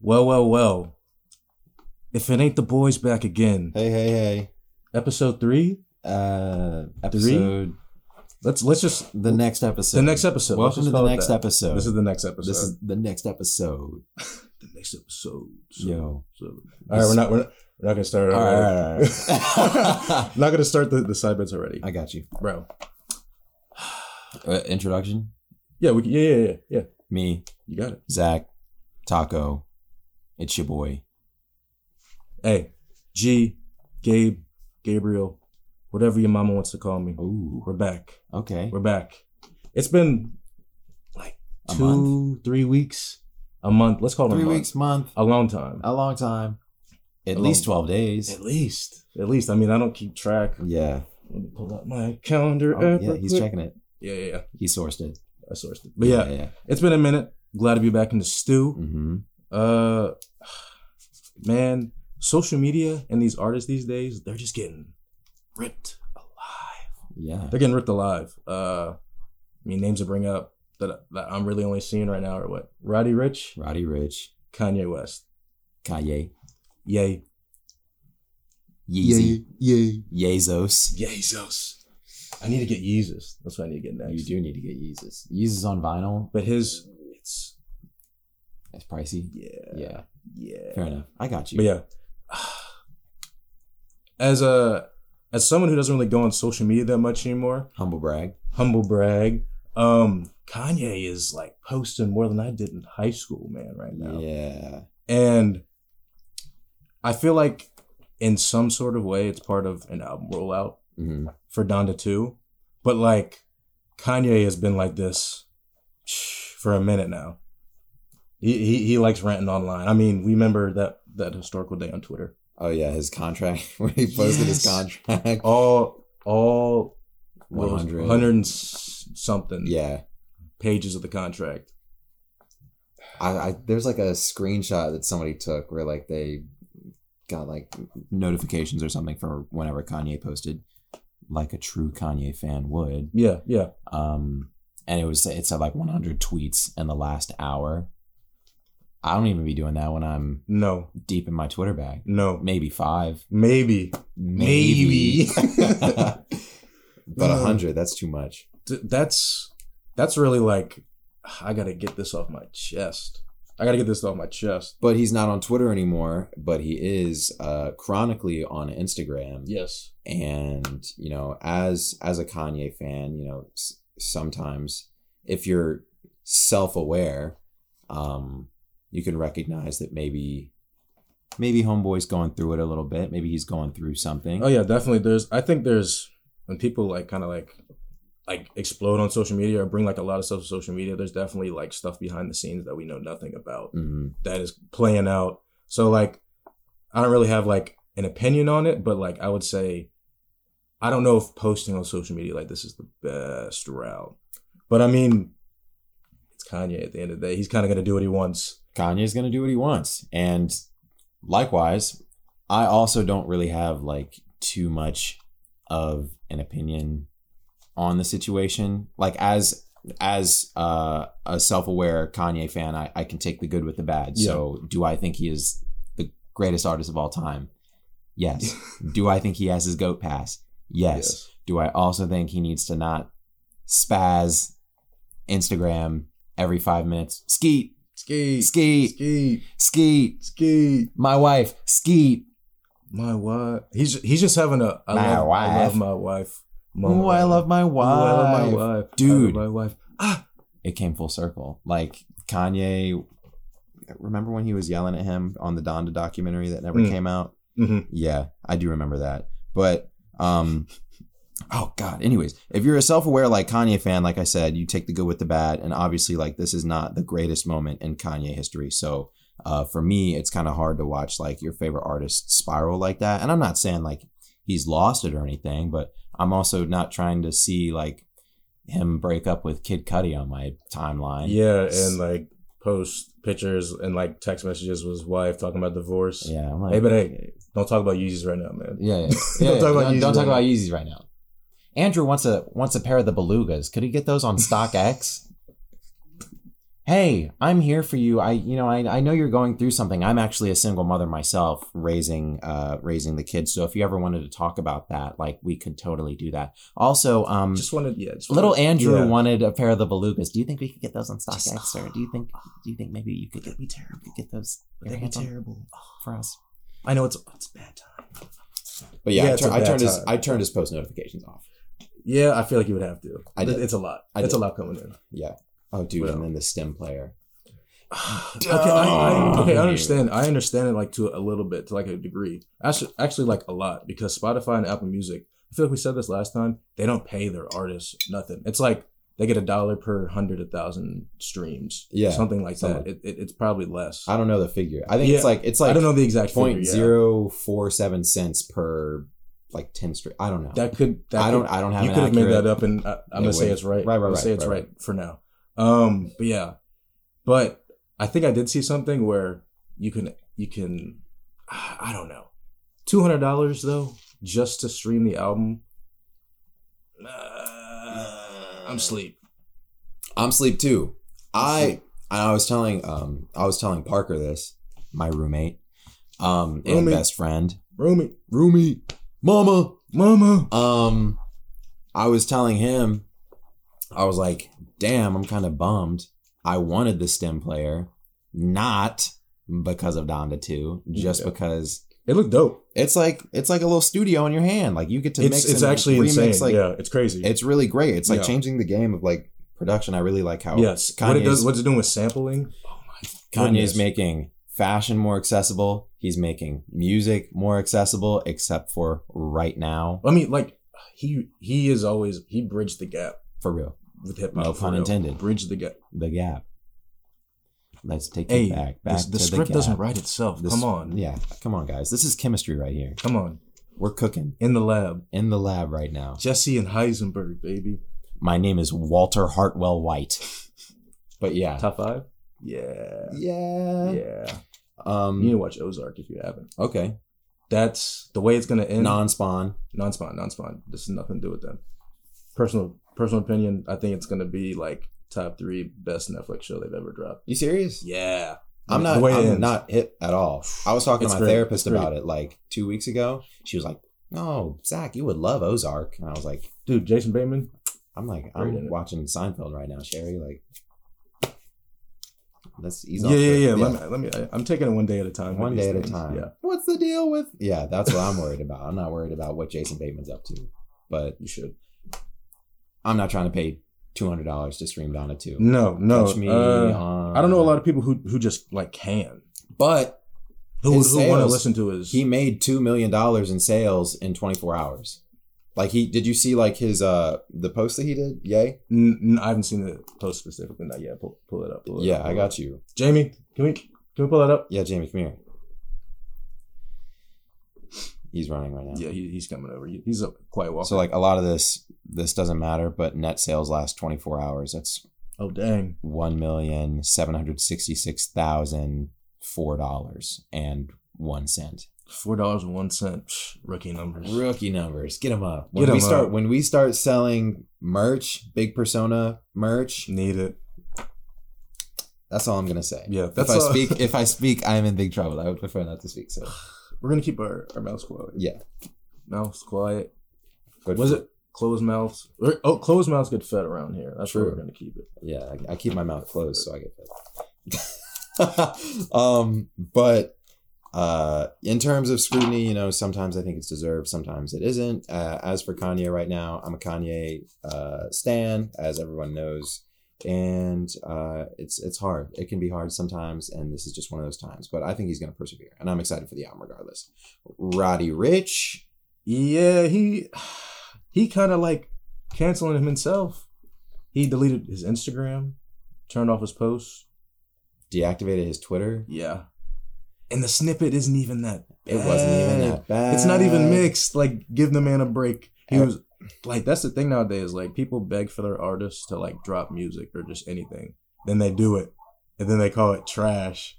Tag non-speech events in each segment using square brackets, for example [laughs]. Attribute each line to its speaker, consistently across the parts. Speaker 1: Well, well, well. If it ain't the boys back again,
Speaker 2: Hey, hey, hey.
Speaker 1: episode three.
Speaker 2: Uh, episode.
Speaker 1: Let's let's just
Speaker 2: The next episode.
Speaker 1: the next episode. Let's
Speaker 2: Welcome
Speaker 1: just
Speaker 2: to the
Speaker 1: call it
Speaker 2: next
Speaker 1: that.
Speaker 2: episode.
Speaker 1: This is the next episode.
Speaker 2: This is the next episode.
Speaker 1: the next episode. So,
Speaker 2: Yo.
Speaker 1: so. all right, we're not we're not, we're not gonna start.
Speaker 2: All right, all right, all [laughs] right.
Speaker 1: not gonna start the, the side bets already,
Speaker 2: I got you.
Speaker 1: bro.
Speaker 2: Uh, introduction.
Speaker 1: Yeah, we, can- yeah, yeah, yeah, yeah.
Speaker 2: Me,
Speaker 1: You got it.
Speaker 2: Zach, Taco. It's your boy.
Speaker 1: Hey, G, Gabe, Gabriel, whatever your mama wants to call me.
Speaker 2: Ooh.
Speaker 1: We're back.
Speaker 2: Okay.
Speaker 1: We're back. It's been like
Speaker 2: A
Speaker 1: two,
Speaker 2: month?
Speaker 1: three weeks, a month. Let's call it
Speaker 2: Three
Speaker 1: a month.
Speaker 2: weeks, month,
Speaker 1: a long time,
Speaker 2: a long time. At
Speaker 1: A
Speaker 2: least
Speaker 1: long-
Speaker 2: twelve days.
Speaker 1: at least. At least. I mean, I don't keep track.
Speaker 2: Yeah.
Speaker 1: Let me pull up my calendar.
Speaker 2: Oh,
Speaker 1: app
Speaker 2: yeah.
Speaker 1: real
Speaker 2: He's
Speaker 1: quick.
Speaker 2: checking it.
Speaker 1: Yeah, yeah, yeah.
Speaker 2: He sourced it.
Speaker 1: I sourced it. But yeah,
Speaker 2: Yeah.
Speaker 1: it's been a minute. Glad to be back in the stew.
Speaker 2: Mm-hmm.
Speaker 1: Uh, man, social media and these artists these days, they're just getting ripped alive.
Speaker 2: Yeah.
Speaker 1: they're getting ripped alive. Uh, I mean, names to bring up that that I'm really only seeing right now are what Roddy Rich,
Speaker 2: Roddy Rich,
Speaker 1: Kanye West,
Speaker 2: Kanye,
Speaker 1: Yay,
Speaker 2: Yeezy,
Speaker 1: Yay,
Speaker 2: Yeezos.
Speaker 1: Yeezus. I need to get Yeezus. That's what I need to get next.
Speaker 2: You do need to get Yeezus. Yeezus on vinyl.
Speaker 1: But his, it's
Speaker 2: That's pricey.
Speaker 1: yeah,
Speaker 2: Yeah.
Speaker 1: yeah.
Speaker 2: Fair enough. I got you.
Speaker 1: But yeah, [sighs] as a as someone who doesn't really go on social media that much anymore,
Speaker 2: Humble brag.
Speaker 1: humble brag. Um, Kanye is like posting more than I did in high school, man. Right now,
Speaker 2: Yeah.
Speaker 1: And I feel like in some sort of way it's part of an album rollout
Speaker 2: hmm
Speaker 1: for Donda 2. But like Kanye has been like this [sniffs] for a minute now. He he, he likes ranting online. I mean, we remember that that historical day on Twitter.
Speaker 2: Oh yeah, his contract [laughs] when he posted his
Speaker 1: Yes.
Speaker 2: contract.
Speaker 1: Oh,
Speaker 2: [laughs]
Speaker 1: All all what was it,
Speaker 2: 100.
Speaker 1: 100 and s- something
Speaker 2: Yeah.
Speaker 1: pages of the contract.
Speaker 2: I, I there's like a screenshot that somebody took where like they got like notifications or something for whenever Kanye posted, like a true Kanye fan would.
Speaker 1: Yeah, yeah.
Speaker 2: Um, and it was it said like 100 tweets in the last hour. I don't even be doing that when I'm
Speaker 1: No.
Speaker 2: deep in my Twitter bag.
Speaker 1: No.
Speaker 2: Maybe five.
Speaker 1: Maybe. Maybe.
Speaker 2: [laughs] but a
Speaker 1: Mm.
Speaker 2: hundred, that's too much.
Speaker 1: th- that's that's really like I gotta get this off my chest. I gotta get this off my chest.
Speaker 2: But he's not on Twitter anymore, but he is uh, chronically on Instagram.
Speaker 1: Yes.
Speaker 2: And, you know, as as a Kanye fan, you know, s- sometimes if you're self-aware, um, you can recognize that maybe maybe homeboy's going through it a little bit. Maybe he's going through something.
Speaker 1: Oh yeah, definitely. There's I think there's when people like kind of like like explode on social media or bring like a lot of stuff to social media. There's definitely like stuff behind the scenes that we know nothing about
Speaker 2: hmm
Speaker 1: that is playing out. So like I don't really have like an opinion on it, but like I would say I don't know if posting on social media like this is the best route. But I mean, it's Kanye at the end of the day. He's kind of gonna do what he wants.
Speaker 2: Kanye's gonna do what he wants. And likewise, I also don't really have like too much of an opinion on the situation. Like as as uh, a self-aware Kanye fan, I, I can take the good with the bad. So do I think he is the greatest artist of all time? Yes. do I think he has his goat pass? yes. Do I also think he needs to not spaz Instagram every five minutes? Skeet,
Speaker 1: Ski.
Speaker 2: skeet,
Speaker 1: Ski.
Speaker 2: skeet.
Speaker 1: Ski.
Speaker 2: My wife, skeet.
Speaker 1: My wife. He's he's just having a. I
Speaker 2: My
Speaker 1: love, I
Speaker 2: wife.
Speaker 1: love my wife.
Speaker 2: Ooh, I love my
Speaker 1: Ooh,
Speaker 2: wife.
Speaker 1: I love my wife. I love
Speaker 2: Dude.
Speaker 1: my wife. Ah.
Speaker 2: It came full circle. Like Kanye, remember when he was yelling at him on the Donda documentary that never
Speaker 1: Mm.
Speaker 2: came out?
Speaker 1: hmm
Speaker 2: Yeah, I do remember that. But um oh god, anyways, if you're a self-aware like Kanye fan, like I said, you take the good with the bad and obviously like this is not the greatest moment in Kanye history. So, uh for me, it's kind of hard to watch like your favorite artist spiral like that. And I'm not saying like he's lost it or anything, but I'm also not trying to see like him break up with Kid Cudi on my timeline.
Speaker 1: Yeah, and like post pictures and like text messages with his wife talking about divorce.
Speaker 2: Yeah, I'm like,
Speaker 1: Hey, but hey, don't talk about Yeezys right now, man. [laughs]
Speaker 2: Yeah, yeah.
Speaker 1: Don't
Speaker 2: yeah, yeah.
Speaker 1: talk about
Speaker 2: don't,
Speaker 1: Yeezys
Speaker 2: don't talk
Speaker 1: right
Speaker 2: about
Speaker 1: now.
Speaker 2: Yeezys right now.
Speaker 1: [laughs]
Speaker 2: Andrew wants a wants a pair of the belugas. Could he get those on StockX? hey, I'm here for you. I, you know, I, I know you're going through something. I'm actually a single mother myself, raising, uh, raising the kids. So if you ever wanted to talk about that, like we could totally do that. Also, um,
Speaker 1: Just wanted, yeah. Just
Speaker 2: little
Speaker 1: wanted-
Speaker 2: Andrew
Speaker 1: yeah.
Speaker 2: wanted a pair of the belugas. Do you think we could get those on StockX,
Speaker 1: Just-
Speaker 2: or do you think, do you think maybe you could get,
Speaker 1: That'd be terrible.
Speaker 2: get those your
Speaker 1: That'd be
Speaker 2: hands on-
Speaker 1: terrible.
Speaker 2: for us?
Speaker 1: I know it's it's a bad time.
Speaker 2: But yeah,
Speaker 1: Yeah,
Speaker 2: I,
Speaker 1: it's a
Speaker 2: tur- I
Speaker 1: bad
Speaker 2: turned his,
Speaker 1: time.
Speaker 2: I turned his post notifications off.
Speaker 1: Yeah, I feel like you would have to.
Speaker 2: I
Speaker 1: It-
Speaker 2: did.
Speaker 1: It's a lot.
Speaker 2: I
Speaker 1: it's
Speaker 2: did.
Speaker 1: a lot coming in.
Speaker 2: Yeah. Oh, dude,
Speaker 1: Well.
Speaker 2: and then the stem player.
Speaker 1: [sighs] okay, I, I, okay, I
Speaker 2: Dumb.
Speaker 1: understand. I understand it like to a little bit, to like a degree. Actually, actually, like a lot because Spotify and Apple Music. I feel like we said this last time. They don't pay their artists nothing. It's like they get a dollar per hundred, a thousand streams.
Speaker 2: Yeah,
Speaker 1: something like
Speaker 2: something
Speaker 1: that. It, it, it's probably less.
Speaker 2: I don't know the figure. I think it's
Speaker 1: Yeah.
Speaker 2: like it's like
Speaker 1: I don't know the exact figure.
Speaker 2: point
Speaker 1: yeah.
Speaker 2: zero four seven cents per like ten street. I don't know.
Speaker 1: That could. That
Speaker 2: I
Speaker 1: could-
Speaker 2: don't. I don't have.
Speaker 1: you
Speaker 2: an
Speaker 1: could have made
Speaker 2: accurate-
Speaker 1: that up, and I, I'm
Speaker 2: Yeah,
Speaker 1: gonna say
Speaker 2: wait.
Speaker 1: it's right.
Speaker 2: Right, right,
Speaker 1: I'm gonna
Speaker 2: right,
Speaker 1: Say it's
Speaker 2: right,
Speaker 1: right, for now. Um, but yeah, but I think I did see something where you can you can I don't know two hundred dollars though just to stream the album. Uh, I'm sleep.
Speaker 2: I'm sleep too. I
Speaker 1: Sleep.
Speaker 2: I was telling um I was telling Parker this, my roommate, um and
Speaker 1: Roommate.
Speaker 2: best friend,
Speaker 1: Roomie,
Speaker 2: roomie, mama.
Speaker 1: mama.
Speaker 2: Um, I was telling him, I was like, damn, I'm kind of bummed. I wanted the stem player, not because of Donda 2, just
Speaker 1: Yeah.
Speaker 2: because
Speaker 1: It looked dope.
Speaker 2: it's like it's like a little studio in your hand. Like you get to
Speaker 1: It's
Speaker 2: mix
Speaker 1: it's
Speaker 2: and
Speaker 1: actually
Speaker 2: remix,
Speaker 1: insane.
Speaker 2: Like,
Speaker 1: yeah, it's crazy.
Speaker 2: It's really great. It's like
Speaker 1: Yeah.
Speaker 2: changing the game of like production. I really like how
Speaker 1: yes. What it
Speaker 2: Kanye's-
Speaker 1: does? What's it doing with sampling? Oh
Speaker 2: Kanye's
Speaker 1: Goodness.
Speaker 2: making fashion more accessible. He's making music more accessible, except for right now.
Speaker 1: I mean, like he he is always he bridged the gap
Speaker 2: For real.
Speaker 1: with hip hop.
Speaker 2: No
Speaker 1: for
Speaker 2: pun
Speaker 1: real.
Speaker 2: intended.
Speaker 1: Bridge the gap.
Speaker 2: the gap. Let's take
Speaker 1: Hey,
Speaker 2: it back.
Speaker 1: the-
Speaker 2: back
Speaker 1: the,
Speaker 2: to
Speaker 1: script
Speaker 2: gap.
Speaker 1: doesn't write itself.
Speaker 2: This-
Speaker 1: come on,
Speaker 2: Yeah, come on, guys. This is chemistry right here.
Speaker 1: come on.
Speaker 2: We're cooking
Speaker 1: In the lab,
Speaker 2: in the lab right now.
Speaker 1: Jesse and Heisenberg, baby.
Speaker 2: My name is Walter Hartwell White. But yeah,
Speaker 1: Top five. Yeah,
Speaker 2: yeah,
Speaker 1: yeah.
Speaker 2: Um,
Speaker 1: You need to watch Ozark if you haven't.
Speaker 2: okay.
Speaker 1: That's the way it's gonna end.
Speaker 2: Non-spawn.
Speaker 1: non-spawn, non-spawn. This has nothing to do with them. Personal, personal opinion. I think it's gonna be like top three best Netflix show they've ever dropped.
Speaker 2: You serious?
Speaker 1: Yeah,
Speaker 2: I'm
Speaker 1: The
Speaker 2: not.
Speaker 1: way it
Speaker 2: I'm
Speaker 1: ends.
Speaker 2: not hit at all. I was talking
Speaker 1: It's
Speaker 2: to my
Speaker 1: great.
Speaker 2: therapist
Speaker 1: It's great.
Speaker 2: about it like two weeks ago. She was like, "Oh, Zach, you would love Ozark," and I was like,
Speaker 1: dude. Jason Bateman.
Speaker 2: "I'm like,
Speaker 1: Great, isn't
Speaker 2: I'm
Speaker 1: it?
Speaker 2: watching Seinfeld right now, Sherry." Like, that's easy.
Speaker 1: Yeah, yeah, yeah, Let me, let me. I, I'm taking it one day at a time. with
Speaker 2: One
Speaker 1: these
Speaker 2: day at a
Speaker 1: things.
Speaker 2: time.
Speaker 1: Yeah,
Speaker 2: What's the deal with? Yeah, that's what I'm worried about. I'm not worried about what Jason Bateman's up to, but
Speaker 1: you should.
Speaker 2: I'm not trying to pay two hundred dollars to stream Donna too.
Speaker 1: No, no.
Speaker 2: Catch me
Speaker 1: uh,
Speaker 2: on-
Speaker 1: I don't know a lot of people who who just like can.
Speaker 2: but
Speaker 1: Who,
Speaker 2: His
Speaker 1: who want to
Speaker 2: sales,
Speaker 1: listen to his?
Speaker 2: he made two million dollars in sales in 24 hours. Like he did you see like his uh the post that he did? Yay.
Speaker 1: N- n- I haven't seen the post specifically. Not yet. Pull, pull it up. Pull it
Speaker 2: Yeah,
Speaker 1: up,
Speaker 2: I
Speaker 1: pull it
Speaker 2: got you.
Speaker 1: up. Jamie, can we can we pull that up?
Speaker 2: Yeah, Jamie, come here. He's running right now.
Speaker 1: Yeah, he, he's coming over. He, he's a quiet walker.
Speaker 2: So like a lot of this this doesn't matter, but net sales last 24 hours. That's
Speaker 1: oh dang,
Speaker 2: one million seven hundred sixty six thousand four dollars and one cent.
Speaker 1: four dollars and one cent. Psh, Rookie numbers.
Speaker 2: Rookie numbers, get them up. When
Speaker 1: Get 'em
Speaker 2: we start
Speaker 1: up.
Speaker 2: when we start selling merch, big persona merch.
Speaker 1: Need it.
Speaker 2: That's all I'm gonna say.
Speaker 1: Yeah,
Speaker 2: If
Speaker 1: that's
Speaker 2: I
Speaker 1: all-
Speaker 2: speak, if I speak, I'm in big trouble. I would prefer not to speak.
Speaker 1: [sighs]
Speaker 2: So
Speaker 1: We're gonna keep our, our mouths quiet.
Speaker 2: yeah,
Speaker 1: Mouths quiet.
Speaker 2: good
Speaker 1: Was
Speaker 2: for-
Speaker 1: it closed mouths? Or- Oh, closed mouths get fed around here. That's where
Speaker 2: True.
Speaker 1: we're gonna keep it.
Speaker 2: Yeah, I, I keep my mouth closed so I get fed. [laughs] um, but uh, in terms of scrutiny, you know, sometimes I think it's deserved, sometimes it isn't. Uh, as for Kanye right now, I'm a Kanye uh, stan, as everyone knows, and uh, it's it's hard. It can be hard sometimes, and this is just one of those times. But I think he's going to persevere, and I'm excited for the album regardless. Roddy Rich,
Speaker 1: Yeah, he [sighs] he kind of like canceling him himself. He deleted his Instagram, turned off his posts.
Speaker 2: deactivated his Twitter.
Speaker 1: Yeah. And the snippet isn't even that.
Speaker 2: It wasn't even
Speaker 1: bad.
Speaker 2: that bad.
Speaker 1: It's not even mixed. Like, give the man a break. He
Speaker 2: Uh,
Speaker 1: was like, that's the thing nowadays. Like, people beg for their artists to like drop music or just anything. Then they do it, and then they call it trash,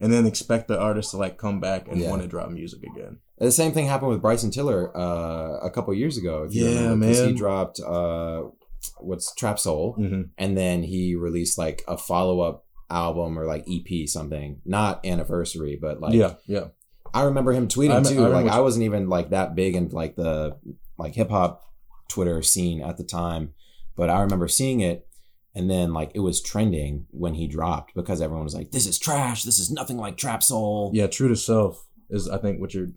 Speaker 1: and then expect the artist to like come back and
Speaker 2: Yeah.
Speaker 1: want to drop music again.
Speaker 2: The same thing happened with Bryson Tiller uh, a couple years ago. If you
Speaker 1: Yeah,
Speaker 2: remember, 'cause He
Speaker 1: man.
Speaker 2: dropped uh, what's Trap Soul,
Speaker 1: Mm-hmm.
Speaker 2: and then he released like a follow up album or like EP something, not anniversary, but like
Speaker 1: yeah, yeah.
Speaker 2: I remember him
Speaker 1: I
Speaker 2: tweeting
Speaker 1: me- I
Speaker 2: too.
Speaker 1: remember
Speaker 2: like
Speaker 1: what
Speaker 2: I
Speaker 1: you-
Speaker 2: wasn't even like that big in like the like hip hop Twitter scene at the time, but I remember seeing it and then like it was trending when he dropped because everyone was like, "This is trash. This is nothing like Trap Soul."
Speaker 1: Yeah, true to self is I think what you're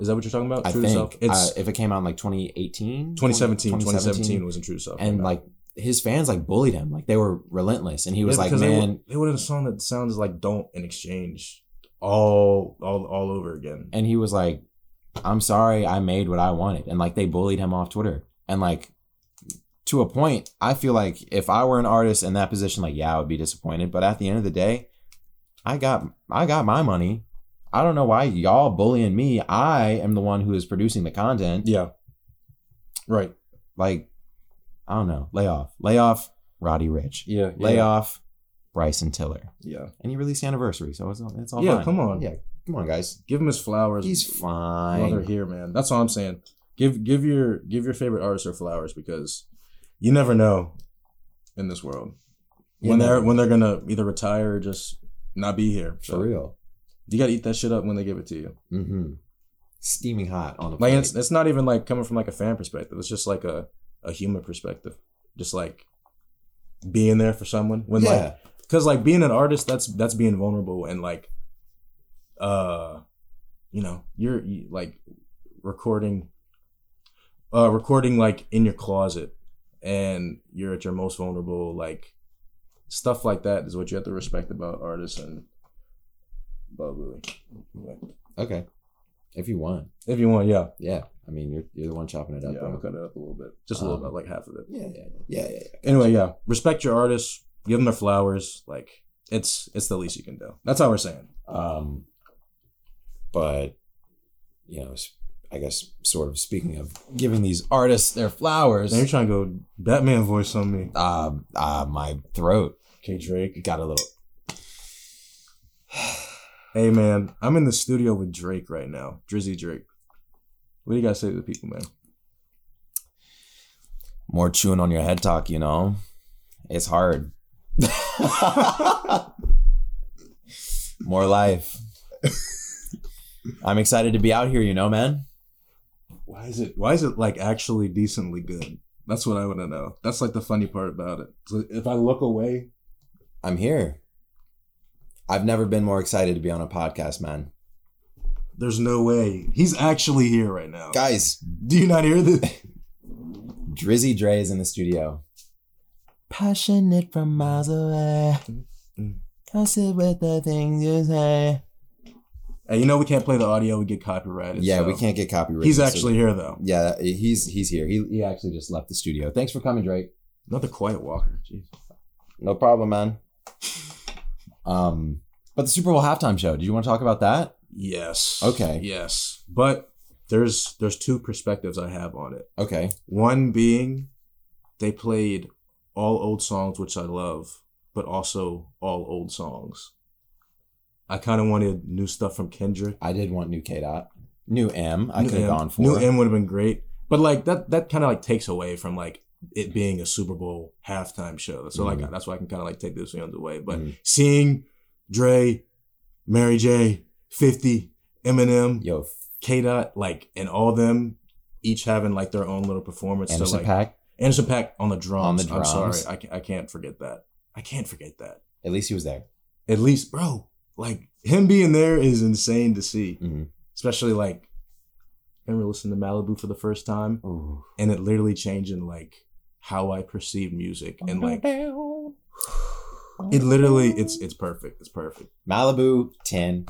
Speaker 1: is that what you're talking about?
Speaker 2: I
Speaker 1: True to
Speaker 2: think
Speaker 1: self. It's
Speaker 2: uh, if it came out in like 2018,
Speaker 1: 2017. 2017 was in True to Self.
Speaker 2: and like his fans like bullied him, like they were relentless, and he was
Speaker 1: Yeah,
Speaker 2: like,
Speaker 1: because they,
Speaker 2: "Man,"
Speaker 1: would- they would have a song that sounds like "Don't" in exchange all all all over again.
Speaker 2: and he was like, "I'm sorry, I made what I wanted," and like they bullied him off Twitter, and like to a point, I feel like if I were an artist in that position, like yeah, I would be disappointed, but at the end of the day, I got I got my money. I don't know why y'all bullying me. I am the one who is producing the content.
Speaker 1: yeah, right.
Speaker 2: Like, I don't know. Lay off. Lay off Roddy Rich.
Speaker 1: Yeah,
Speaker 2: Lay
Speaker 1: yeah,
Speaker 2: off Bryson Tiller.
Speaker 1: Yeah,
Speaker 2: And he released anniversary, so it's, it's all
Speaker 1: yeah.
Speaker 2: fine.
Speaker 1: Come on,
Speaker 2: Yeah, come on, guys.
Speaker 1: give him his flowers.
Speaker 2: He's
Speaker 1: while they're
Speaker 2: fine.
Speaker 1: here, man. That's all I'm saying. Give give your give your favorite artist their flowers because you never know in this world
Speaker 2: You
Speaker 1: when
Speaker 2: know,
Speaker 1: they're when they're gonna either retire or just not be here.
Speaker 2: for
Speaker 1: So
Speaker 2: real.
Speaker 1: you gotta eat that shit up when they give it to you.
Speaker 2: Mm-hmm. Steaming hot on the
Speaker 1: Like
Speaker 2: plate.
Speaker 1: it's it's not even like coming from like a fan perspective. It's just like a a human perspective. Just like being there for someone when
Speaker 2: yeah,
Speaker 1: like because like being an artist that's that's being vulnerable and like uh you know you're you, like recording uh recording like in your closet and you're at your most vulnerable like stuff like that is what you have to respect about artists and blah, blah, blah.
Speaker 2: okay. If you want,
Speaker 1: if you want yeah
Speaker 2: yeah. I mean, you're you're the one chopping it
Speaker 1: yeah
Speaker 2: up.
Speaker 1: i'm gonna
Speaker 2: bro.
Speaker 1: cut it up a little bit just a little
Speaker 2: Um,
Speaker 1: bit like half of it
Speaker 2: yeah, yeah, yeah, yeah, yeah.
Speaker 1: anyway yeah respect your artists give them their flowers like it's it's the least you can do that's how we're saying
Speaker 2: Um, but you know, s- I guess sort of speaking of giving these artists their flowers,
Speaker 1: Now you're trying to go Batman voice on me.
Speaker 2: uh, uh, my throat
Speaker 1: Okay, Drake.
Speaker 2: got a little.
Speaker 1: Hey, man, I'm in the studio with Drake right now. Drizzy Drake. What do you got to say to the people, man?
Speaker 2: more chewing on your head talk, you know. It's hard. [laughs] more life. I'm excited to be out here, you know, man.
Speaker 1: Why is it? Why is it like actually decently good? That's what I want to know. That's like the funny part about it. So if I look away,
Speaker 2: I'm here. I've never been more excited to be on a podcast, man.
Speaker 1: there's no way he's actually here right now.
Speaker 2: Guys,
Speaker 1: Do you not hear this? [laughs]
Speaker 2: Drizzy Dre is in the studio. Passionate from miles away. I sit with the things you say.
Speaker 1: hey, you know we can't play the audio; we get copyrighted.
Speaker 2: Yeah,
Speaker 1: so.
Speaker 2: we can't get copyrighted.
Speaker 1: uh, He's
Speaker 2: so-
Speaker 1: actually here though.
Speaker 2: Yeah, he's he's here. He he actually just left the studio. Thanks for coming, Drake.
Speaker 1: Not the Quiet Walker. Jeez.
Speaker 2: No problem, man. Um, but the Super Bowl halftime show. Did you want to talk about that?
Speaker 1: Yes.
Speaker 2: Okay.
Speaker 1: Yes, but there's there's two perspectives I have on it.
Speaker 2: Okay.
Speaker 1: One being they played all old songs, which I love, but also all old songs. I kind of wanted new stuff from Kendrick.
Speaker 2: I did want new K dot, new M. I
Speaker 1: New
Speaker 2: could have
Speaker 1: M-
Speaker 2: gone for
Speaker 1: New M would have been great, but like that that kind of like takes away from like it being a Super Bowl halftime show. So like
Speaker 2: Mhm.
Speaker 1: that's why I can kind of like take this one away. But
Speaker 2: Mhm.
Speaker 1: seeing Dre, Mary J, Fifty, Eminem,
Speaker 2: Yo,
Speaker 1: K Dot, like, and all them each having like their own little performance to
Speaker 2: Anderson
Speaker 1: like
Speaker 2: Pack.
Speaker 1: Anderson Pack on the drums.
Speaker 2: On the
Speaker 1: I'm
Speaker 2: drums.
Speaker 1: sorry, I can't, I can't forget that. I can't forget that.
Speaker 2: At least he was there.
Speaker 1: At least, bro, like him being there is insane to see.
Speaker 2: Mhm.
Speaker 1: Especially like, I remember listening to Malibu for the first time, and it literally changing like how I perceive music,
Speaker 2: Oh
Speaker 1: and like it literally, it's it's perfect. It's perfect.
Speaker 2: Malibu ten.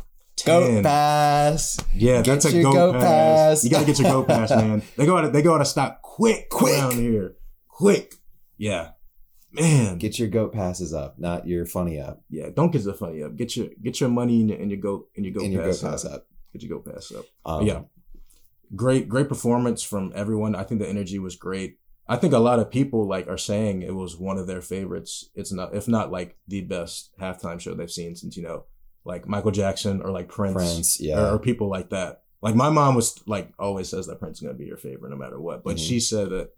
Speaker 2: Goat
Speaker 1: Ten.
Speaker 2: pass.
Speaker 1: Yeah,
Speaker 2: Get
Speaker 1: that's a
Speaker 2: your
Speaker 1: goat,
Speaker 2: goat
Speaker 1: pass.
Speaker 2: pass.
Speaker 1: You gotta get your goat
Speaker 2: [laughs]
Speaker 1: pass, man. They go out. of- They go out of stock quick,
Speaker 2: Quick.
Speaker 1: down here, quick. Yeah, man.
Speaker 2: Get your goat passes up, not your funny up.
Speaker 1: yeah, don't get the funny up. Get your get your money and your and your goat and your goat
Speaker 2: and your
Speaker 1: pass,
Speaker 2: goat pass
Speaker 1: up.
Speaker 2: up.
Speaker 1: Get your goat pass up.
Speaker 2: Um,
Speaker 1: yeah, great great performance from everyone. I think the energy was great. I think a lot of people like are saying it was one of their favorites. It's not if not like the best halftime show they've seen since you know like Michael Jackson or like Prince.
Speaker 2: Prince. Yeah.
Speaker 1: or, or people like that. Like my mom was like always says that Prince is gonna be your favorite no matter what, but
Speaker 2: Mhm.
Speaker 1: she said that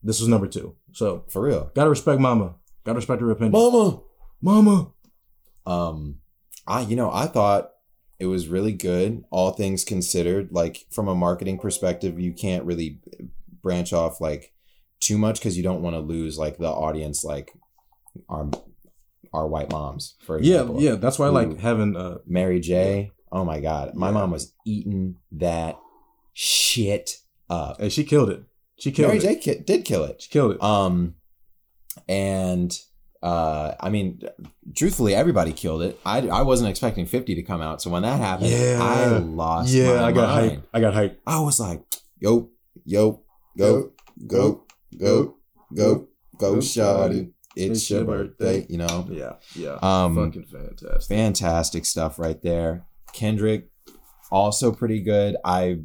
Speaker 1: this was number two. So
Speaker 2: for real.
Speaker 1: gotta respect Mama. Gotta respect her opinion.
Speaker 2: Mama.
Speaker 1: Mama,
Speaker 2: Um, I you know I thought it was really good, all things considered. Like from a marketing perspective, you can't really branch off like too much because you don't want to lose like the audience, like our our white moms, for
Speaker 1: Yeah,
Speaker 2: example.
Speaker 1: yeah. That's why I
Speaker 2: Ooh.
Speaker 1: like having uh
Speaker 2: Mary J. Oh my God, my
Speaker 1: Yeah.
Speaker 2: mom was eating that shit up.
Speaker 1: hey, she killed it. She killed
Speaker 2: Mary
Speaker 1: it.
Speaker 2: J. Ki- did kill it.
Speaker 1: She killed it.
Speaker 2: Um, and uh, I mean, truthfully, everybody killed it. I, I wasn't expecting fifty to come out, so when that happened,
Speaker 1: Yeah.
Speaker 2: I lost.
Speaker 1: yeah, I got
Speaker 2: mind.
Speaker 1: hyped. I got hyped.
Speaker 2: I was like, yo, yo, go, go, go, go, go, shawty. It's your birthday. You know,
Speaker 1: Yeah, yeah.
Speaker 2: um,
Speaker 1: Fucking fantastic.
Speaker 2: fantastic stuff right there. Kendrick, also pretty good. I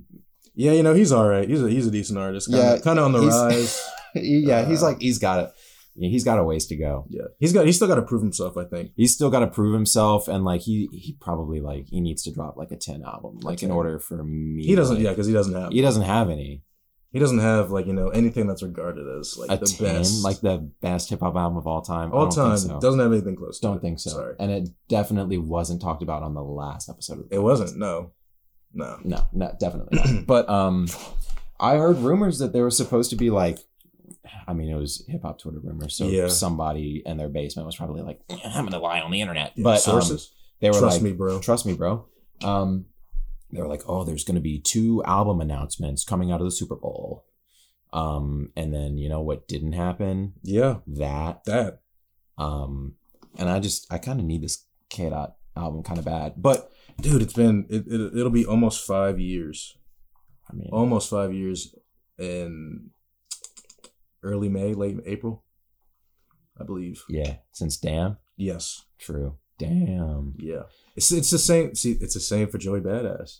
Speaker 1: Yeah, you know he's all right. He's a he's a decent artist. Kinda,
Speaker 2: Yeah,
Speaker 1: kind of on the
Speaker 2: he's-
Speaker 1: rise.
Speaker 2: [laughs] yeah, he's
Speaker 1: Uh,
Speaker 2: like he's got a he's got a ways to go.
Speaker 1: Yeah, he's got he's still got to prove himself. I think.
Speaker 2: He's still got to prove himself, and like he he probably like he needs to drop like a ten album, like in
Speaker 1: 10.
Speaker 2: order for me.
Speaker 1: He doesn't,
Speaker 2: like-
Speaker 1: yeah, because he doesn't have
Speaker 2: he doesn't have any
Speaker 1: he doesn't have like you know anything that's regarded as like
Speaker 2: a
Speaker 1: the
Speaker 2: ten,
Speaker 1: best
Speaker 2: like the best hip hop album of all time. I
Speaker 1: all
Speaker 2: don't think
Speaker 1: time.
Speaker 2: so.
Speaker 1: Doesn't have anything close. to
Speaker 2: Don't
Speaker 1: it.
Speaker 2: think so.
Speaker 1: Sorry,
Speaker 2: And it definitely wasn't talked about on the last episode. Of the
Speaker 1: it wasn't. No, no.
Speaker 2: podcast. No, no, definitely
Speaker 1: [clears throat]
Speaker 2: not. but um, I heard rumors that there was supposed to be like, I mean, it was hip hop Twitter rumors. So
Speaker 1: Yeah.
Speaker 2: somebody in their basement was probably like, I'm gonna lie on the internet.
Speaker 1: Yeah,
Speaker 2: but um,
Speaker 1: sources.
Speaker 2: they were
Speaker 1: Trust
Speaker 2: like,
Speaker 1: me, bro.
Speaker 2: trust me, bro. Um, they were like, oh, there's going to be two album announcements coming out of the Super Bowl. Um, and then you know what didn't happen?
Speaker 1: yeah,
Speaker 2: That
Speaker 1: that.
Speaker 2: um, and I just I kind of need this K Dot album kind of bad, but
Speaker 1: Dude, it's been it, it it'll be almost five years.
Speaker 2: I mean,
Speaker 1: Almost five years in early May, late April, I believe.
Speaker 2: yeah, since damn
Speaker 1: Yes.
Speaker 2: true, damn.
Speaker 1: Yeah, it's it's the same. See, it's the same for Joey Badass.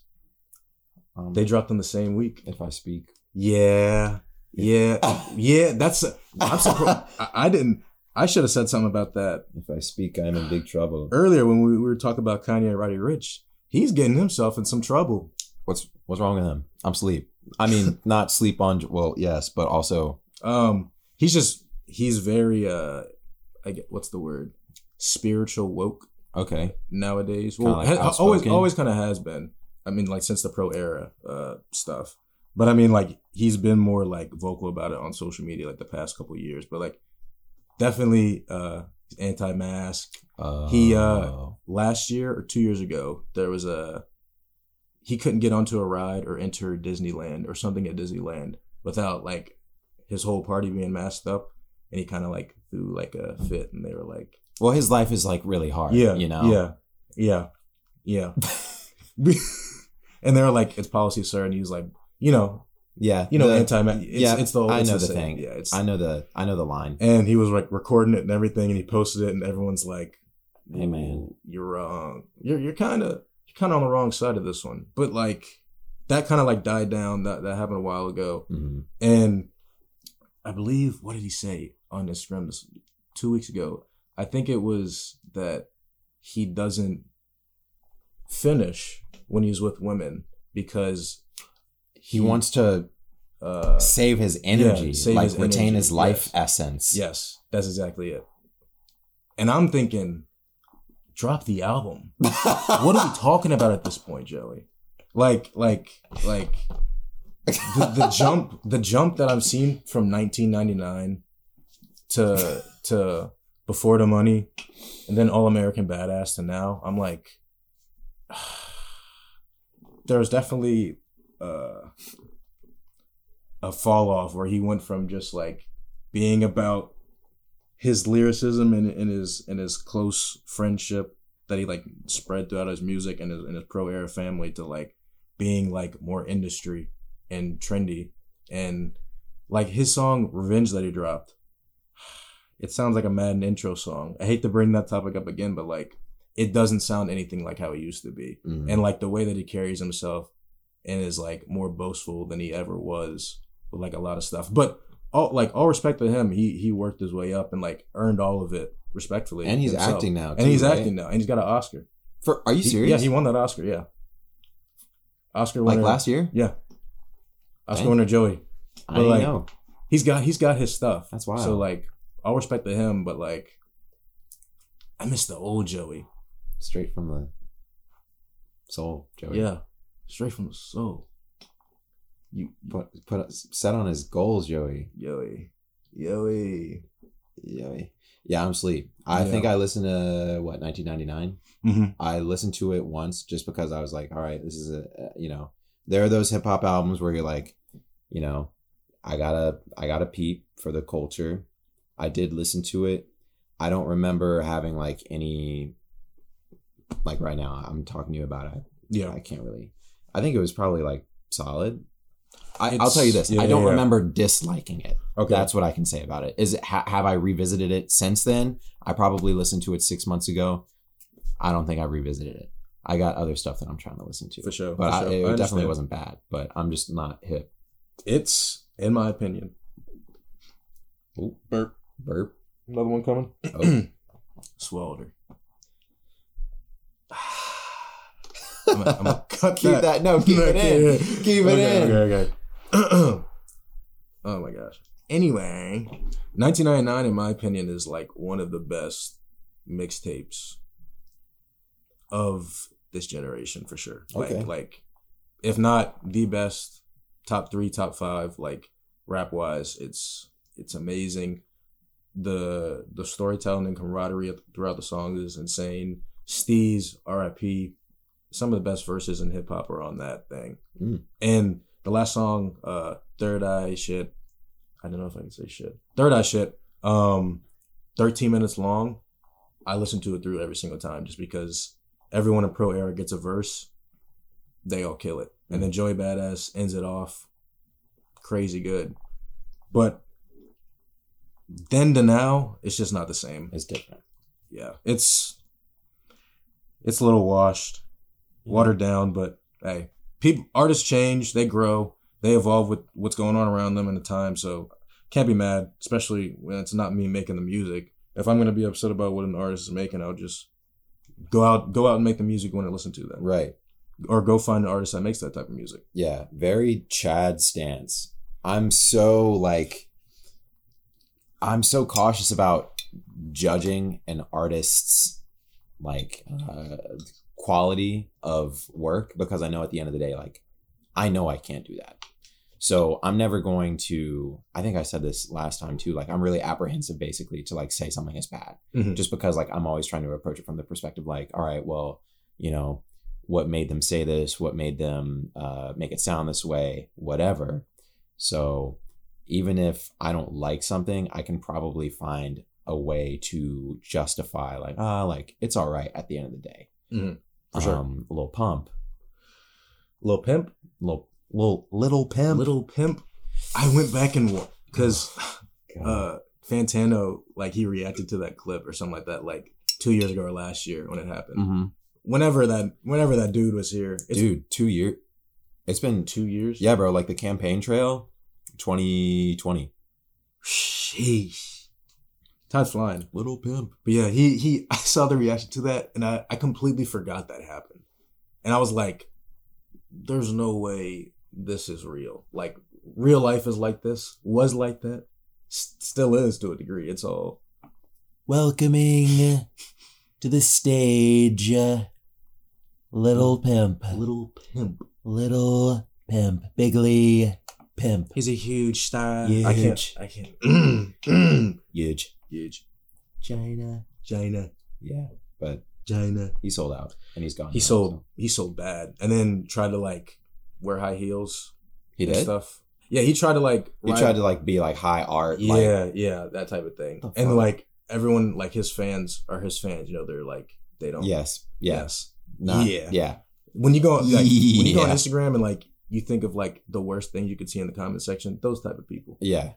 Speaker 2: Um,
Speaker 1: They dropped on the same week.
Speaker 2: if I speak,
Speaker 1: Yeah, yeah,
Speaker 2: [laughs]
Speaker 1: yeah. That's I'm surprised. I, I didn't. I should have said something about that
Speaker 2: if I speak, I'm in big trouble.
Speaker 1: earlier when we, we were talking about Kanye and Roddy Rich. He's getting himself in some trouble.
Speaker 2: What's what's wrong with him? I'm sleep. I [laughs] mean, not sleep on. Well, yes, but also
Speaker 1: Um, he's just he's very uh, I get what's the word, spiritual woke
Speaker 2: okay.
Speaker 1: nowadays.
Speaker 2: Kinda
Speaker 1: Well,
Speaker 2: like
Speaker 1: ha- always
Speaker 2: outspoken.
Speaker 1: always kind of has been. I mean, like since the pro era uh, stuff. But I mean, like he's been more like vocal about it on social media like the past couple years. But like, definitely uh, anti-mask.
Speaker 2: Uh,
Speaker 1: He, uh, Last year or two years ago, there was a he couldn't get onto a ride or enter Disneyland or something at Disneyland without like his whole party being masked up, and he kind of like threw like a fit, and they were like,
Speaker 2: well, his life is like really hard.
Speaker 1: yeah.
Speaker 2: you know.
Speaker 1: Yeah. Yeah.
Speaker 2: [laughs]
Speaker 1: Yeah. [laughs] and they're like, it's policy, sir. And he's like, you know,
Speaker 2: Yeah,
Speaker 1: you know,
Speaker 2: the-
Speaker 1: anti it's,
Speaker 2: yeah,
Speaker 1: it's the
Speaker 2: I
Speaker 1: it's
Speaker 2: know the
Speaker 1: same.
Speaker 2: thing.
Speaker 1: Yeah. It's,
Speaker 2: I know the I know the line.
Speaker 1: and he was like recording it and everything, and he posted it, and everyone's like,
Speaker 2: Hey, man.
Speaker 1: "Ooh, you're wrong. You're you're kind of you're kind of on the wrong side of this one." But like that kind of like died down. That that happened a while ago,
Speaker 2: Mhm.
Speaker 1: and I believe what did he say on Instagram this two weeks ago? I think it was that he doesn't finish when he's with women because
Speaker 2: He wants to
Speaker 1: uh,
Speaker 2: save his energy,
Speaker 1: save
Speaker 2: like
Speaker 1: his
Speaker 2: retain
Speaker 1: energy,
Speaker 2: his life
Speaker 1: yes.
Speaker 2: essence. [laughs]
Speaker 1: Yes, that's exactly it. And I'm thinking, drop the album. What are we talking about at this point, Joey? Like, like, like the, the jump, the jump that I've seen from 1999 to to before the money, and then All American Badass to now. I'm like, [sighs] there's definitely uh, a fall off where he went from just like being about his lyricism and, and his and his close friendship that he like spread throughout his music and his, and his pro era family to like being like more industry and trendy and like his song revenge that he dropped it sounds like a madden intro song i hate to bring that topic up again but like it doesn't sound anything like how it used to be
Speaker 2: Mhm.
Speaker 1: and like the way that he carries himself and is like more boastful than he ever was with like a lot of stuff but all like all respect to him he he worked his way up and like earned all of it respectfully
Speaker 2: And he's
Speaker 1: himself.
Speaker 2: acting now.
Speaker 1: and he's
Speaker 2: too, right?
Speaker 1: acting now and he's got an oscar
Speaker 2: For are you
Speaker 1: He-
Speaker 2: serious?
Speaker 1: yeah he won that oscar yeah oscar
Speaker 2: like
Speaker 1: winner
Speaker 2: last year?
Speaker 1: yeah oscar
Speaker 2: Dang.
Speaker 1: winner joey
Speaker 2: I
Speaker 1: But,
Speaker 2: didn't
Speaker 1: like,
Speaker 2: know.
Speaker 1: he's got he's got his stuff
Speaker 2: That's wild.
Speaker 1: so like all respect to him but like i miss the old joey
Speaker 2: straight from the soul, Joey.
Speaker 1: Yeah, straight from the soul. You,
Speaker 2: Put put set on his goals, Joey.
Speaker 1: yoey, yoey.
Speaker 2: Joey. Yeah, I'm asleep. I
Speaker 1: Yeah.
Speaker 2: think I listened to what 1999.
Speaker 1: Mm-hmm.
Speaker 2: I listened to it once just because I was like, all right, this is a uh, you know, there are those hip hop albums where you're like, you know, I gotta I gotta peep for the culture. I did listen to it. I don't remember having like any like right now. I'm talking to you about it.
Speaker 1: Yeah,
Speaker 2: I can't really. I think it was probably like solid. I, I'll
Speaker 1: It's-
Speaker 2: tell you this.
Speaker 1: yeah,
Speaker 2: I don't
Speaker 1: yeah, yeah.
Speaker 2: remember disliking it.
Speaker 1: okay.
Speaker 2: That's what I can say about it. Is it ha- have I revisited it since then? I probably listened to it six months ago. I don't think I revisited it. I got other stuff that I'm trying to listen to,
Speaker 1: for sure.
Speaker 2: but
Speaker 1: for
Speaker 2: I,
Speaker 1: sure. I
Speaker 2: it definitely
Speaker 1: understand.
Speaker 2: wasn't bad. But I'm just not hip.
Speaker 1: It's in my opinion.
Speaker 2: Ooh,
Speaker 1: Burp.
Speaker 2: burp.
Speaker 1: Another one coming.
Speaker 2: [clears throat] Oh.
Speaker 1: Swallowed
Speaker 2: [laughs]
Speaker 1: her. [sighs] I'm gonna- I'm gonna cut
Speaker 2: Keep that. No, keep it in. Keep it
Speaker 1: okay,
Speaker 2: in.
Speaker 1: Okay,
Speaker 2: [clears throat]
Speaker 1: okay. oh my gosh. Anyway, 1999, in my opinion, is like one of the best mixtapes of this generation for sure. Like,
Speaker 2: Okay.
Speaker 1: like, if not the best, top three, top five, like rap wise, it's it's amazing. The the storytelling and camaraderie throughout the songs is insane. Steez, R.I.P. Some of the best verses in hip hop are on that thing.
Speaker 2: Mm.
Speaker 1: And the last song, uh, Third Eye Shit. I don't know if I can say shit. Third Eye Shit. Um, thirteen minutes long. I listen to it through every single time just because everyone in Pro Era gets a verse, they all kill it. And then Joey Badass ends it off crazy good. But then to now, it's just not the same
Speaker 2: It's different.
Speaker 1: yeah, it's it's a little washed, watered down, but hey, people artists change, they grow, they evolve with what's going on around them in the time, so can't be mad, especially when it's not me making the music. If I'm gonna be upset about what an artist is making, I'll just go out go out and make the music when I listen to them.
Speaker 2: Right.
Speaker 1: Or go find an artist that makes that type of music.
Speaker 2: Yeah. Very Chad stance. I'm so like. I'm so cautious about judging an artist's like uh, quality of work because I know at the end of the day, like I know I can't do that. So I'm never going to. I think I said this last time too. Like I'm really apprehensive, basically, to like say something is bad,
Speaker 1: Mhm.
Speaker 2: just because like I'm always trying to approach it from the perspective like, all right, well, you know, what made them say this? What made them uh, make it sound this way? Whatever. So even if I don't like something, I can probably find a way to justify like, ah, like it's all right at the end of the day.
Speaker 1: Mhm. For sure.
Speaker 2: Um, little pump,
Speaker 1: Lil Pimp.
Speaker 2: little little little pimp,
Speaker 1: Little Pimp. I went back and wa- cause
Speaker 2: God.
Speaker 1: uh Fantano like he reacted to that clip or something like that like two years ago or last year when it happened.
Speaker 2: Mhm.
Speaker 1: Whenever that whenever that Mm. dude was here, it's
Speaker 2: dude, two year. It's been
Speaker 1: two years.
Speaker 2: yeah, bro. Like the campaign trail, twenty twenty.
Speaker 1: Sheesh. Time's flying.
Speaker 2: Little pimp.
Speaker 1: But yeah, he he [laughs] I saw the reaction to that and I, I completely forgot that happened. And I was like, there's no way this is real. Like real life is like this, was like that, s- still is to a degree. It's all
Speaker 2: Welcoming to the stage, uh,
Speaker 1: Little
Speaker 2: pimp,
Speaker 1: little pimp.
Speaker 2: little pimp, bigly pimp,
Speaker 1: He's a huge star.
Speaker 2: Huge.
Speaker 1: I can't. I [clears throat] can't.
Speaker 2: huge
Speaker 1: huge.
Speaker 2: China.
Speaker 1: China.
Speaker 2: Yeah, but
Speaker 1: China.
Speaker 2: he sold out and he's gone.
Speaker 1: He
Speaker 2: now,
Speaker 1: sold.
Speaker 2: so-
Speaker 1: He sold bad, and then tried to like wear high heels.
Speaker 2: He
Speaker 1: and
Speaker 2: did.
Speaker 1: stuff. Yeah, he tried to like.
Speaker 2: He
Speaker 1: ride-
Speaker 2: tried to like be like high art. Like,
Speaker 1: yeah, yeah, that type of thing.
Speaker 2: The
Speaker 1: And
Speaker 2: fuck?
Speaker 1: like everyone, like his fans are his fans. You know, they're like they don't.
Speaker 2: yes. Yeah.
Speaker 1: Yes.
Speaker 2: Not,
Speaker 1: Yeah.
Speaker 2: yeah. Yeah.
Speaker 1: When you go like when you go on
Speaker 2: Yeah.
Speaker 1: Instagram and like you think of like the worst things you could see in the comment section, those type of people.
Speaker 2: Yeah.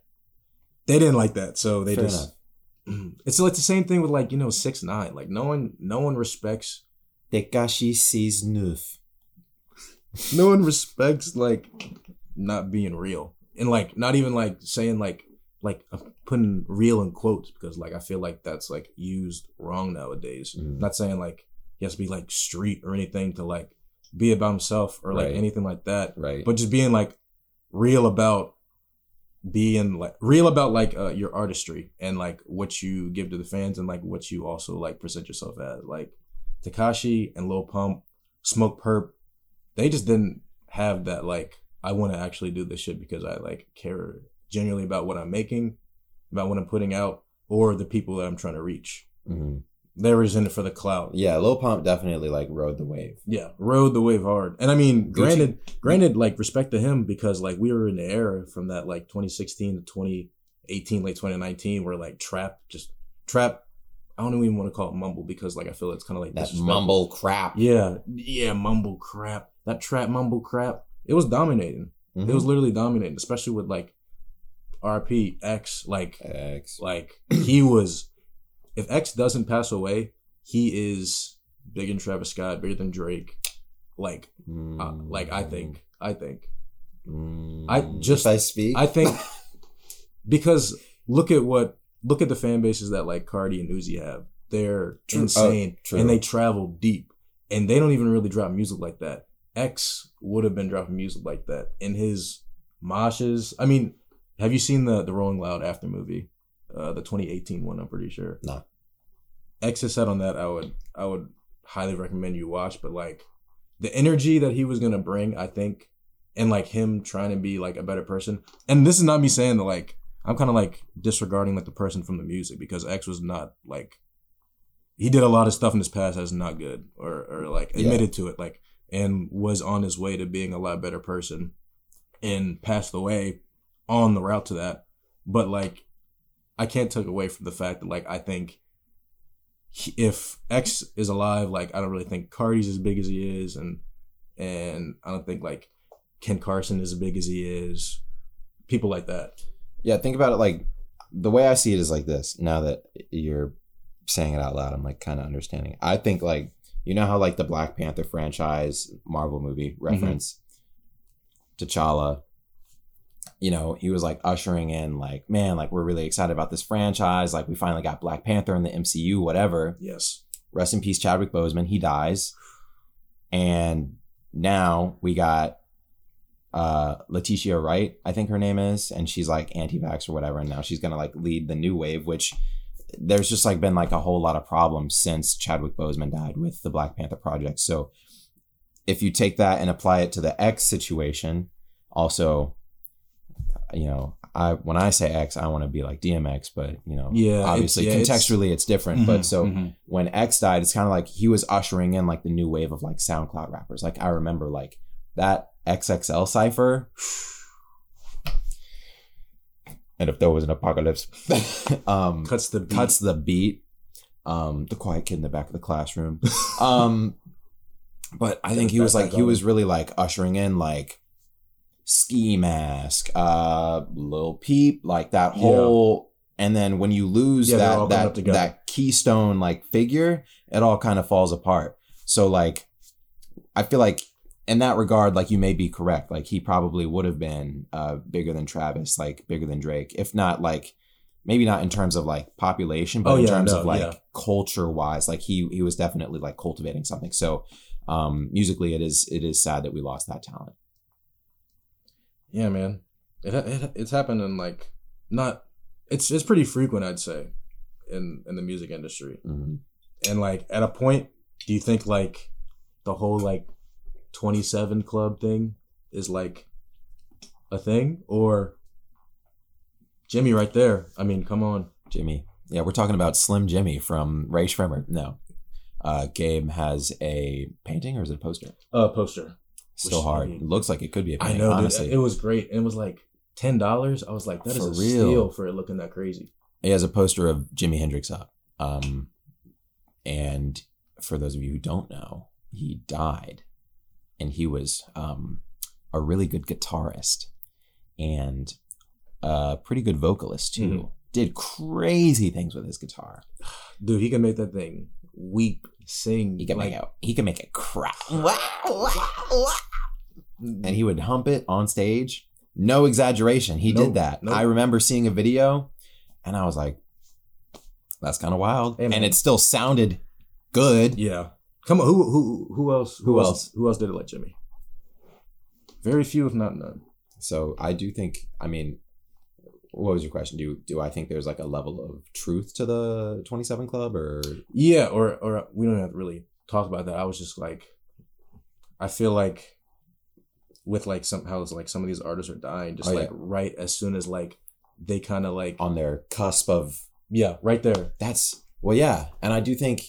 Speaker 1: They didn't like that, so they
Speaker 2: Fair
Speaker 1: just.
Speaker 2: enough.
Speaker 1: [clears throat] It's like the same thing with like you know six nine. Like no one, no one respects.
Speaker 2: Tekashi sees Noof.
Speaker 1: No one respects like not being real and like not even like saying like like I'm putting real in quotes because like I feel like that's like used wrong nowadays.
Speaker 2: Mm.
Speaker 1: Not saying like he has to be like street or anything to like be about himself or like
Speaker 2: Right.
Speaker 1: anything like that.
Speaker 2: Right.
Speaker 1: But just being like real about being like real about like uh, your artistry and like what you give to the fans and like what you also like present yourself as. Like Takashi and Lil Pump, Smoke Perp, they just didn't have that like I want to actually do this shit because I like care genuinely about what I'm making, about what I'm putting out, or the people that I'm trying to reach.
Speaker 2: Mhm.
Speaker 1: They were just in it for the clout.
Speaker 2: Yeah, Lil Pump definitely like rode the wave.
Speaker 1: Yeah, rode the wave hard. And I mean,
Speaker 2: Gucci.
Speaker 1: granted, granted, like respect to him because like we were in the era from that like 2016 to 2018, late 2019, where like trap just trap. I don't even want to call it mumble because like I feel it's kind of like
Speaker 2: That
Speaker 1: disrespectful.
Speaker 2: mumble crap.
Speaker 1: Yeah, yeah, mumble crap. That trap mumble crap. It was dominating.
Speaker 2: Mhm.
Speaker 1: It was literally dominating, especially with like RP X. Like
Speaker 2: X.
Speaker 1: like he was. If X doesn't pass away, he is bigger than Travis Scott, bigger than Drake. Like uh, like I think, I think,
Speaker 2: Mm.
Speaker 1: I just-
Speaker 2: If I speak.
Speaker 1: I think, [laughs] because look at what look at the fan bases that like Cardi and Uzi have. They're
Speaker 2: True.
Speaker 1: insane,
Speaker 2: Oh, true.
Speaker 1: and they travel deep, and they don't even really drop music like that. X would have been dropping music like that in his moshes. I mean, have you seen the the Rolling Loud after movie, uh, the 2018 one? I'm pretty sure.
Speaker 2: No.
Speaker 1: X has said on that, I would I would highly recommend you watch, but like the energy that he was gonna bring, I think, and like him trying to be like a better person. And this is not me saying that like I'm kind of like disregarding like the person from the music because X was not like he did a lot of stuff in his past that's not good or or like
Speaker 2: Yeah.
Speaker 1: admitted to it like and was on his way to being a lot better person and passed away on the route to that. But like I can't take away from the fact that like I think he- if X is alive, like I don't really think Cardi's as big as he is, and and I don't think like Ken Carson is as big as he is. People like that.
Speaker 2: yeah, think about it like the way I see it is like this. Now that you're saying it out loud, I'm like kind of understanding. I think like you know how like the Black Panther franchise Marvel movie reference T'Challa. You know, he was like ushering in like, man, like we're really excited about this franchise. Like we finally got Black Panther in the MCU, whatever.
Speaker 1: Yes.
Speaker 2: rest in peace Chadwick Boseman. He dies, and now we got uh Letitia Wright, I think her name is, and she's like anti-vax or whatever, and now she's gonna like lead the new wave, which there's just like been like a whole lot of problems since Chadwick Boseman died with the Black Panther project. So if you take that and apply it to the X situation, also, you know, I when I say X, I want to be like DMX, but you know,
Speaker 1: Yeah, it's-
Speaker 2: obviously
Speaker 1: yeah, it's-
Speaker 2: contextually it's different.
Speaker 1: Mhm,
Speaker 2: But so
Speaker 1: mhm.
Speaker 2: when X died, it's kind of like he was ushering in like the new wave of like SoundCloud rappers. Like I remember like that XXL cipher. [sighs] And if there was an apocalypse, [laughs] um, cuts,
Speaker 1: cuts the beat.
Speaker 2: the beat. Um, the quiet kid in the back of the classroom. Um, but I think he was like he was really like ushering in like ski mask, uh, Lil Peep, like that
Speaker 1: Yeah.
Speaker 2: whole. And then when you lose
Speaker 1: Yeah, they're all
Speaker 2: that
Speaker 1: coming up
Speaker 2: that
Speaker 1: together.
Speaker 2: that keystone like figure, it all kind of falls apart. So like, I feel like in that regard, like you may be correct. Like he probably would have been uh bigger than Travis, like bigger than Drake, if not like maybe not in terms of like population, but
Speaker 1: Oh,
Speaker 2: in
Speaker 1: yeah,
Speaker 2: terms
Speaker 1: no,
Speaker 2: of like
Speaker 1: yeah.
Speaker 2: culture wise. Like he he was definitely like cultivating something. So um musically it is it is sad that we lost that talent.
Speaker 1: yeah, man. It, it it's happened in like not. It's it's pretty frequent, I'd say, in in the music industry. and like at a point do you think like the whole like 27 club thing is like a thing or jimmy right there i mean come on
Speaker 2: Jimmy. Yeah, we're talking about Slim Jimmy from Ray Shrimmer. No. Uh Gabe has a painting or is it a poster?
Speaker 1: uh poster
Speaker 2: Still
Speaker 1: Which-
Speaker 2: hard. looks like it could be a
Speaker 1: i
Speaker 2: painting,
Speaker 1: know dude.
Speaker 2: honestly.
Speaker 1: it was great and it was like ten dollars i was like that is
Speaker 2: For
Speaker 1: a
Speaker 2: real.
Speaker 1: steal for it looking that crazy
Speaker 2: he has a poster of Jimi Hendrix up. Um, and for those of you who don't know, he died, and he was um, a really good guitarist and a pretty good vocalist too.
Speaker 1: Mhm.
Speaker 2: Did crazy things with his guitar.
Speaker 1: dude he can make that thing weep sing
Speaker 2: He could
Speaker 1: like
Speaker 2: make it. He could make it cry.
Speaker 1: mm,
Speaker 2: and he would hump it on stage. No exaggeration. He
Speaker 1: No,
Speaker 2: did that.
Speaker 1: no.
Speaker 2: I remember seeing a video and I was like, that's kind of wild.
Speaker 1: Hey, man.
Speaker 2: and it still sounded good.
Speaker 1: yeah come on who who who else
Speaker 2: Who else?
Speaker 1: who else did it like jimmy very few if not none
Speaker 2: So I do think, I mean, what was your question? Do do I think there's like a level of truth to the 27 Club or
Speaker 1: Yeah, or or we don't have to really talked about that, I was just like, I feel like with like somehow it's like some of these artists are dying just
Speaker 2: Oh,
Speaker 1: like
Speaker 2: yeah.
Speaker 1: right as soon as like they kind of like
Speaker 2: on their cusp of
Speaker 1: yeah right there
Speaker 2: that's well yeah and i do think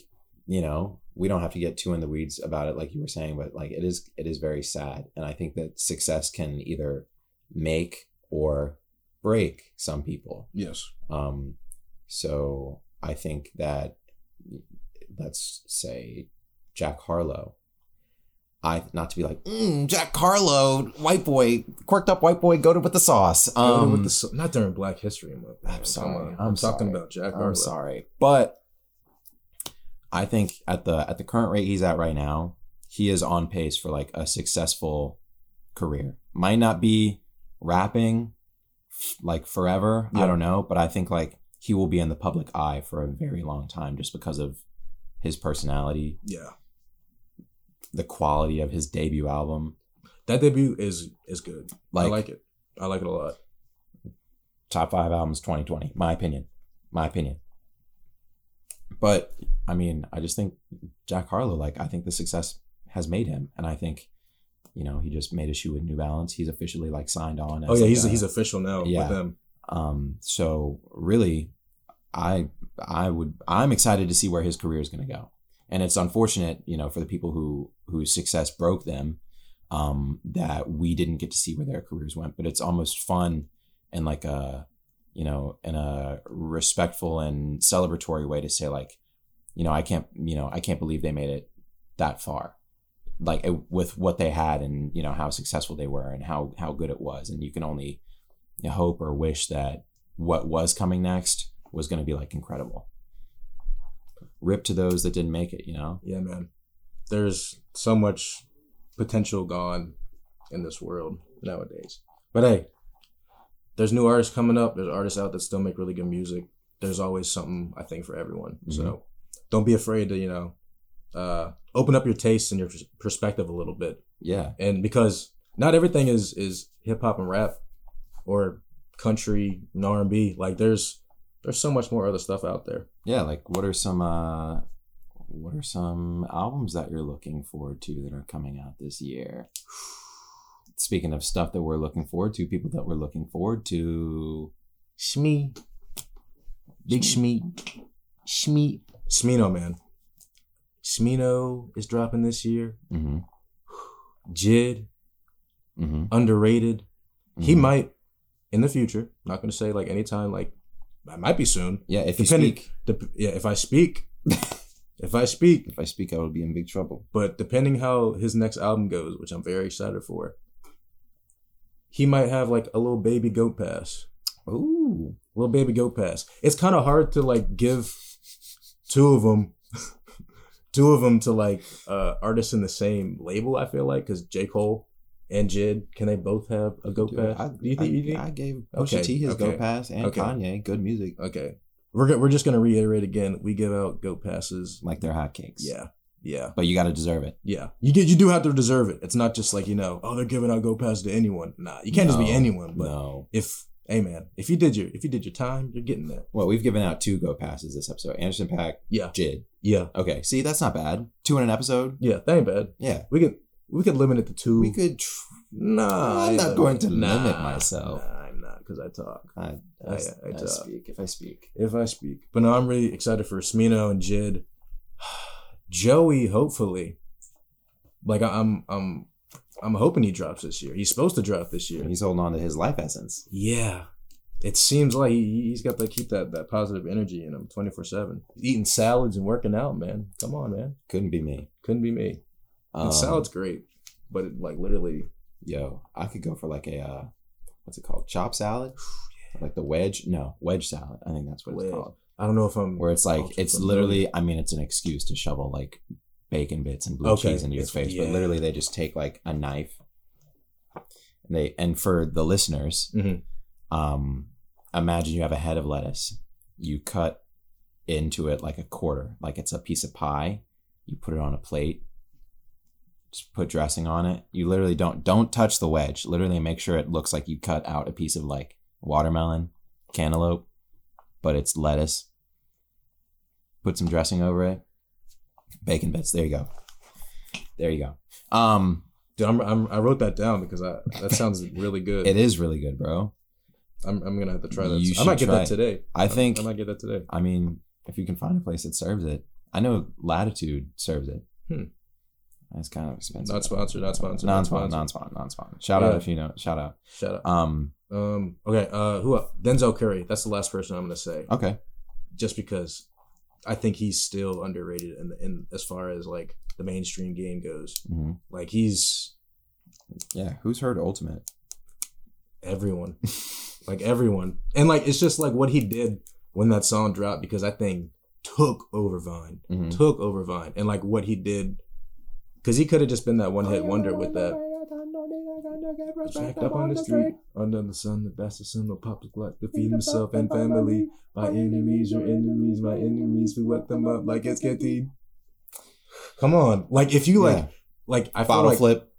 Speaker 2: you know we don't have to get too in the weeds about it like you were saying but like it is it is very sad and i think that success can either make or break some people
Speaker 1: yes
Speaker 2: um so i think that let's say jack harlow i not to be like mm, jack harlow white boy quirked up white boy go to with the sauce um
Speaker 1: with the, so- not during Black History Month man.
Speaker 2: I'm
Speaker 1: Come
Speaker 2: sorry.
Speaker 1: on.
Speaker 2: I'm
Speaker 1: talking
Speaker 2: sorry.
Speaker 1: about Jack
Speaker 2: I'm
Speaker 1: Harlow.
Speaker 2: sorry, but I think at the at the current rate he's at right now, he is on pace for like a successful career. Might not be rapping f- like forever, I
Speaker 1: Yeah.
Speaker 2: don't know, but I think like he will be in the public eye for a very long time just because of his personality,
Speaker 1: yeah
Speaker 2: the quality of his debut album.
Speaker 1: that debut is is good I
Speaker 2: Like,
Speaker 1: like it I like it a lot
Speaker 2: top 5 albums 2020, my opinion. My opinion. But I mean, I just think Jack Harlow, like, I think the success has made him. And I think, you know, he just made a shoe with New Balance. He's officially like signed on.
Speaker 1: oh yeah he's
Speaker 2: like,
Speaker 1: he's official now
Speaker 2: yeah.
Speaker 1: with them
Speaker 2: um, so really, I, I would, I'm excited to see where his career is going to go. And it's unfortunate, you know, for the people who, whose success broke them, um, that we didn't get to see where their careers went, but it's almost fun and like a, you know, in a respectful and celebratory way to say like, you know, I can't, you know, I can't believe they made it that far. Like it, with what they had and, you know, how successful they were and how, how good it was. And you can only hope or wish that what was coming next was going to be like incredible. Rip to those that didn't make it, you know?
Speaker 1: yeah man there's so much potential gone in this world nowadays but hey there's new artists coming up there's artists out that still make really good music there's always something i think for everyone so don't be afraid to you know uh open up your tastes and your pers- perspective a little bit
Speaker 2: Yeah.
Speaker 1: and because not everything is is hip hop and rap or country and r&b like there's there's so much more other stuff out there
Speaker 2: Yeah. Like, what are some, uh, what are some albums that you're looking forward to that are coming out this year? Speaking of stuff that we're looking forward to, people that we're looking forward to,
Speaker 1: Shmee. Big Shmee. Shmee. Smino, man. Smino is dropping this year.
Speaker 2: hmm
Speaker 1: Jid,
Speaker 2: hmm
Speaker 1: underrated. He
Speaker 2: Mm-hmm.
Speaker 1: might in the future. Not gonna say like anytime, like I might be soon.
Speaker 2: yeah. If you
Speaker 1: depending-
Speaker 2: speak,
Speaker 1: Dep- yeah, if I speak, if I speak,
Speaker 2: if I speak, I will be in big trouble.
Speaker 1: but depending how his next album goes, which I'm very excited for, he might have like a little baby goat pass.
Speaker 2: Ooh.
Speaker 1: Little baby goat pass. It's kind of hard to like give two of them, [laughs] two of them to like uh artists in the same label. I feel like because J Cole and Jid, can they both have a goat
Speaker 2: Dude,
Speaker 1: pass?
Speaker 2: I,
Speaker 1: Do you think?
Speaker 2: I-
Speaker 1: you think?
Speaker 2: I gave Pusha
Speaker 1: Okay,
Speaker 2: T his
Speaker 1: okay,
Speaker 2: go pass and
Speaker 1: okay.
Speaker 2: Kanye good music
Speaker 1: okay, we're go- we're just gonna reiterate again. We give out goat passes.
Speaker 2: like they're hotcakes.
Speaker 1: Yeah, yeah,
Speaker 2: but you got to deserve it.
Speaker 1: yeah. You get you do have to deserve it. It's not just like you know, oh, they're giving out goat passes to anyone. Nah, you can't just be
Speaker 2: No,
Speaker 1: anyone. But
Speaker 2: no,
Speaker 1: if hey man, if you did your if you did your time, you're getting that.
Speaker 2: well, we've given out two go passes this episode. Anderson Pack,
Speaker 1: Yeah,
Speaker 2: Jid.
Speaker 1: yeah,
Speaker 2: Okay, see that's not bad. Two in an episode.
Speaker 1: yeah. That ain't bad.
Speaker 2: Yeah,
Speaker 1: We could we could limit it to two.
Speaker 2: we could. Tr-
Speaker 1: Nah,
Speaker 2: I'm
Speaker 1: I-
Speaker 2: not going to
Speaker 1: nah,
Speaker 2: limit myself.
Speaker 1: Nah, I'm not because I talk.
Speaker 2: I,
Speaker 1: I- I talk.
Speaker 2: speak if I speak.
Speaker 1: If I speak, but no, I'm really excited for Smino and Jid, [sighs] Joey. Hopefully, like I- I'm, I'm, I'm hoping he drops this year. He's supposed to drop this year.
Speaker 2: He's holding on to his life essence.
Speaker 1: Yeah, it seems like he, he's got to keep that that positive energy in him 24 seven. Eating salads and working out, man. Come on, man.
Speaker 2: Couldn't be me.
Speaker 1: Couldn't be me.
Speaker 2: Um,
Speaker 1: and salad's great, but it, like literally,
Speaker 2: Yo, I could go for like a uh, what's it called?
Speaker 1: [sighs]
Speaker 2: Chop salad, like the wedge. No, wedge salad. I think that's what
Speaker 1: Wedge.
Speaker 2: it's called.
Speaker 1: I don't know if I'm
Speaker 2: where it's like
Speaker 1: Ultra
Speaker 2: it's
Speaker 1: familiar.
Speaker 2: literally i mean it's an excuse to shovel like bacon bits and blue
Speaker 1: Okay,
Speaker 2: cheese into your
Speaker 1: it's-
Speaker 2: face but
Speaker 1: yeah.
Speaker 2: literally they just take like a knife and they and for the listeners
Speaker 1: Mhm.
Speaker 2: um imagine you have a head of lettuce you cut into it like a quarter like it's a piece of pie you put it on a plate just put dressing on it you literally don't don't touch the wedge literally make sure it looks like you cut out a piece of like watermelon cantaloupe but it's lettuce put some dressing over it Bacon bits. There you go. There you go. Um,
Speaker 1: Dude, I'm, I'm, I wrote that down because I,
Speaker 2: [laughs]
Speaker 1: that sounds really good.
Speaker 2: it is really good, bro.
Speaker 1: I'm, I'm gonna have to try that.
Speaker 2: You
Speaker 1: I might
Speaker 2: should
Speaker 1: get
Speaker 2: try
Speaker 1: that
Speaker 2: it.
Speaker 1: today.
Speaker 2: I think.
Speaker 1: I might get that today.
Speaker 2: I mean, if you can find a place that serves it, I know Latitude serves it.
Speaker 1: Hmm.
Speaker 2: That's kind of expensive.
Speaker 1: Not sponsored. Not sponsored.
Speaker 2: Non spawn.
Speaker 1: Non-sponsored.
Speaker 2: Non spawn. Non spawn. Shout out
Speaker 1: Yeah.
Speaker 2: if you know. Shout out.
Speaker 1: Shut up.
Speaker 2: Um.
Speaker 1: Um. Okay. Uh. Who? Else? Denzel Curry. That's the last person I'm gonna say.
Speaker 2: Okay.
Speaker 1: Just because I think he's still underrated in, the, in as far as like the mainstream game goes.
Speaker 2: hmm
Speaker 1: Like he's
Speaker 2: Yeah. Who's heard Ultimate? [laughs]
Speaker 1: everyone. like everyone, and like it's just like what he did when that song dropped because that thing took over Vine,
Speaker 2: Mhm.
Speaker 1: took over Vine, and like what he did. Because he could have just been that one hit wonder with that. Jacked up on the street, under the sun, the bastard son will pop the clock to feed himself and family. My enemies, your enemies, my enemies, we wet them up like it's canteen. Come on, like if you like,
Speaker 2: Yeah.
Speaker 1: like I feel
Speaker 2: Bottle
Speaker 1: like
Speaker 2: flip.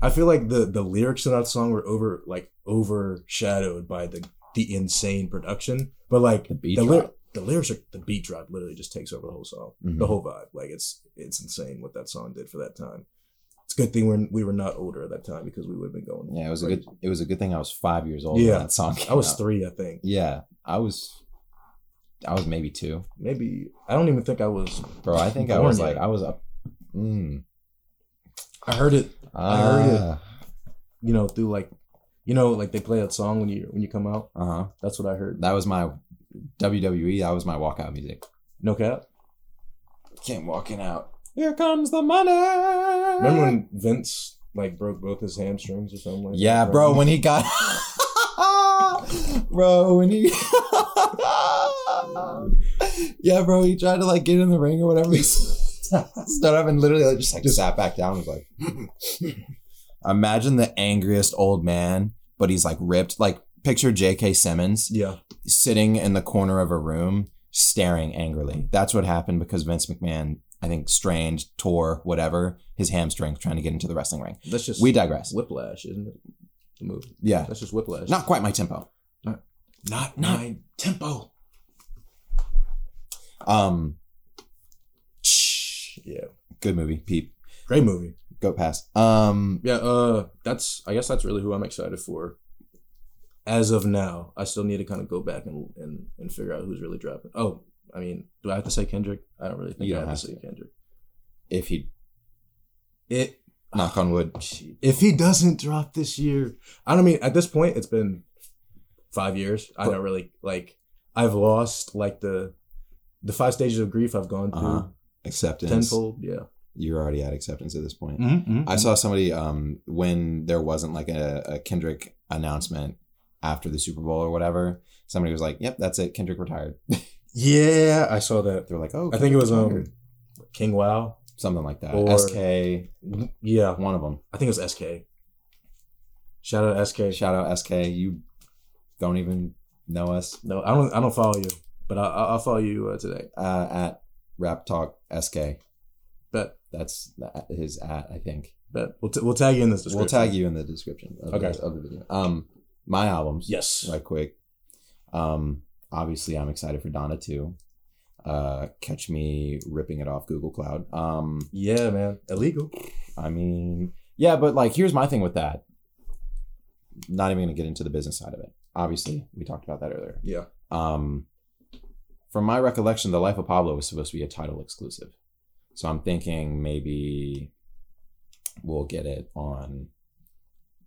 Speaker 1: I feel like the the lyrics to that song were over like overshadowed by the the insane production, but like
Speaker 2: The beat
Speaker 1: the,
Speaker 2: drop.
Speaker 1: lyri- the lyrics are the beat drop literally just takes over the whole song,
Speaker 2: Mhm.
Speaker 1: the whole vibe. Like it's it's insane what that song did for that time. It's a good thing we're, we were not older at that time because we would have been going.
Speaker 2: Yeah, it was a
Speaker 1: crazy.
Speaker 2: good. It was a good thing I was five years old
Speaker 1: Yeah.
Speaker 2: when that song. Came
Speaker 1: I was
Speaker 2: out.
Speaker 1: three, I think.
Speaker 2: Yeah, I was. I was maybe two,
Speaker 1: Maybe I don't even think I was.
Speaker 2: bro. I think I
Speaker 1: Born
Speaker 2: was
Speaker 1: yet.
Speaker 2: like I was up. Mm,
Speaker 1: I heard it, I heard it.
Speaker 2: Uh
Speaker 1: you know, through like, you know, like they play that song when you when you come out.
Speaker 2: huh.
Speaker 1: That's what I heard.
Speaker 2: That was my WWE. That was my walkout music.
Speaker 1: No cap.
Speaker 2: Came walking out. Here comes the money.
Speaker 1: Remember when Vince like broke both his hamstrings or something? Like
Speaker 2: Yeah,
Speaker 1: that?
Speaker 2: bro. When he got. [laughs] bro, when he. [laughs] yeah, bro. He tried to like get in the ring or whatever. [laughs] He stood up and literally like, just like sat back down. And was like, [laughs] imagine the angriest old man, but he's like ripped. Like picture J.K. Simmons
Speaker 1: yeah,
Speaker 2: sitting in the corner of a room staring angrily. That's what happened because Vince McMahon, I think, strained, tore, whatever, his hamstrings trying to get into the wrestling ring.
Speaker 1: that's just
Speaker 2: We digress.
Speaker 1: Whiplash, isn't it? The movie.
Speaker 2: Yeah.
Speaker 1: That's just Whiplash.
Speaker 2: Not quite my tempo.
Speaker 1: not,
Speaker 2: not-
Speaker 1: my tempo.
Speaker 2: Um, shh,
Speaker 1: Yeah,
Speaker 2: good movie, Peep.
Speaker 1: great movie.
Speaker 2: Go past. Um,
Speaker 1: Yeah, uh, that's I guess that's really who I'm excited for. As of now, I still need to kind of go back and and, and figure out who's really dropping. Oh, I mean, do I have to say Kendrick? I don't really think
Speaker 2: You
Speaker 1: I
Speaker 2: don't
Speaker 1: have, to
Speaker 2: have
Speaker 1: say Kendrick.
Speaker 2: if he
Speaker 1: It
Speaker 2: knock on wood,
Speaker 1: if he doesn't drop this year, I don't mean at this point it's been five years. I don't really like I've lost like the the five stages of grief I've gone through
Speaker 2: Uh-huh. acceptance.
Speaker 1: tenfold. Yeah,
Speaker 2: You're already at acceptance at this point.
Speaker 1: mm-hmm.
Speaker 2: I saw somebody um when there wasn't like a, a Kendrick announcement after the Super Bowl or whatever. Somebody was like, "Yep, that's it. Kendrick retired."
Speaker 1: yeah, I saw that.
Speaker 2: They're like, "Oh,
Speaker 1: I think it was um
Speaker 2: Kendrick retired."
Speaker 1: King Wow.
Speaker 2: something like that."
Speaker 1: or-
Speaker 2: SK,
Speaker 1: Yeah,
Speaker 2: one of them.
Speaker 1: I think it was SK. Shout out to SK.
Speaker 2: Shout out SK. You don't even know us
Speaker 1: No, I don't. I don't follow you, but I, I- I'll follow you uh, today.
Speaker 2: uh, at Rap Talk SK.
Speaker 1: But
Speaker 2: That's the- his at, I think.
Speaker 1: but we'll, t- we'll tag you in this.
Speaker 2: We'll
Speaker 1: Description.
Speaker 2: tag you in the description of,
Speaker 1: Okay.
Speaker 2: the, of the video. Um, my albums,
Speaker 1: Yes.
Speaker 2: right quick. Um, obviously, I'm excited for Donna too. Uh, catch me ripping it off Google Cloud. Um,
Speaker 1: Yeah, man. Illegal.
Speaker 2: I mean, yeah, but like, here's my thing with that. Not even gonna get into the business side of it. Obviously, we talked about that earlier.
Speaker 1: Yeah.
Speaker 2: Um, from my recollection, The Life of Pablo was supposed to be a title exclusive. So I'm thinking maybe we'll get it on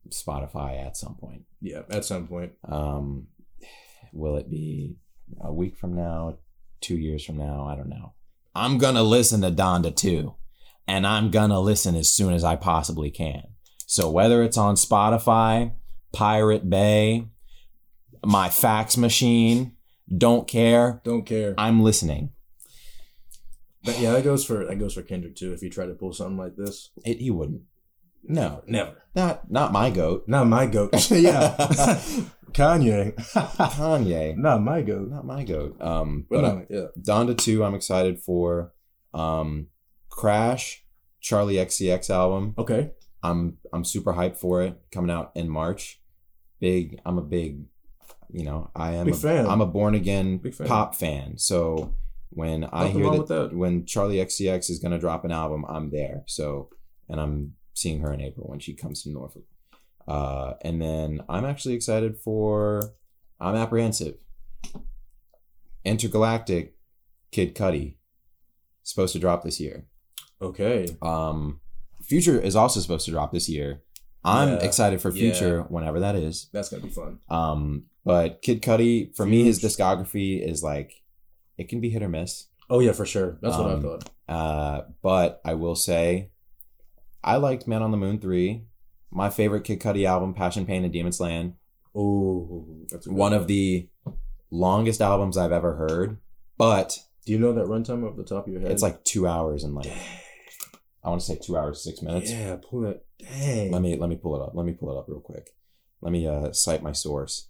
Speaker 2: Spotify at some point.
Speaker 1: Yeah. At some point.
Speaker 2: Um, will it be a week from now, two years from now? I don't know. I'm going to listen to Donda too, and I'm going to listen as soon as I possibly can. So whether it's on Spotify, Pirate Bay, my fax machine, don't care.
Speaker 1: Don't care.
Speaker 2: I'm listening.
Speaker 1: But yeah, that goes for that goes for Kendrick too. If you try to pull something like this,
Speaker 2: It, he wouldn't. No,
Speaker 1: never.
Speaker 2: not not my goat. [laughs]
Speaker 1: Not my goat. [laughs] yeah. Kanye.
Speaker 2: Kanye,
Speaker 1: Not my goat.
Speaker 2: not my goat. Um,
Speaker 1: But
Speaker 2: but
Speaker 1: no, yeah.
Speaker 2: Donda 2, I'm excited for. Um, Crash, Charlie XCX album.
Speaker 1: Okay.
Speaker 2: I'm I'm super hyped for it. Coming out in March. Big I'm a big you know, I am
Speaker 1: Big
Speaker 2: a,
Speaker 1: fan.
Speaker 2: I'm a born again
Speaker 1: Big fan.
Speaker 2: pop fan. So When I
Speaker 1: Nothing
Speaker 2: hear
Speaker 1: wrong
Speaker 2: that,
Speaker 1: with that.
Speaker 2: when Charlie XCX is gonna drop an album, I'm there. So and I'm seeing her in April when she comes to Norfolk. Uh, and then I'm actually excited for I'm apprehensive. Intergalactic Kid Cudi supposed to drop this year.
Speaker 1: Okay.
Speaker 2: Um, Future is also supposed to drop this year. I'm
Speaker 1: Yeah.
Speaker 2: excited for
Speaker 1: Yeah.
Speaker 2: Future whenever that is.
Speaker 1: That's gonna be fun.
Speaker 2: Um, but Kid Cudi, for me, his
Speaker 1: Huge.
Speaker 2: discography is like it can be hit or miss.
Speaker 1: Oh yeah, for sure. That's what I
Speaker 2: Um,
Speaker 1: thought.
Speaker 2: Uh, but I will say, I liked Man on the Moon three. My favorite Kid Cudi album, Passion, Pain, and Demon's Land.
Speaker 1: Oh, that's a good
Speaker 2: One of the longest albums I've ever heard, but
Speaker 1: Do you know that runtime off the top of your head?
Speaker 2: it's like two hours and like
Speaker 1: Dang.
Speaker 2: I want to say two hours six minutes.
Speaker 1: Yeah, pull that. Dang.
Speaker 2: Let me let me pull it up. Let me pull it up real quick. Let me uh, cite my source.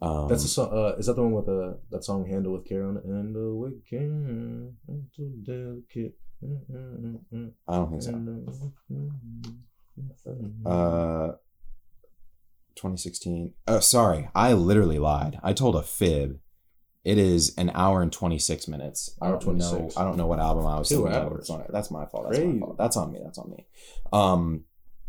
Speaker 2: Um,
Speaker 1: That's a song. Uh, is that the one with uh, that song "Handle with Care" on it? And the weekend, I'm too delicate. Mm-mm-mm-mm.
Speaker 2: I don't think so.
Speaker 1: Mm-mm-mm-mm. Mm-hmm.
Speaker 2: Uh, 2016. Oh, sorry, I literally lied. I told a fib. It is an hour and 26 minutes. I
Speaker 1: Hour
Speaker 2: don't know.
Speaker 1: 26.
Speaker 2: I don't know what album I was.
Speaker 1: Two
Speaker 2: thinking of.
Speaker 1: hours.
Speaker 2: It's on- That's my fault. That's, my
Speaker 1: Crazy.
Speaker 2: fault. that's on me. That's on me. Um,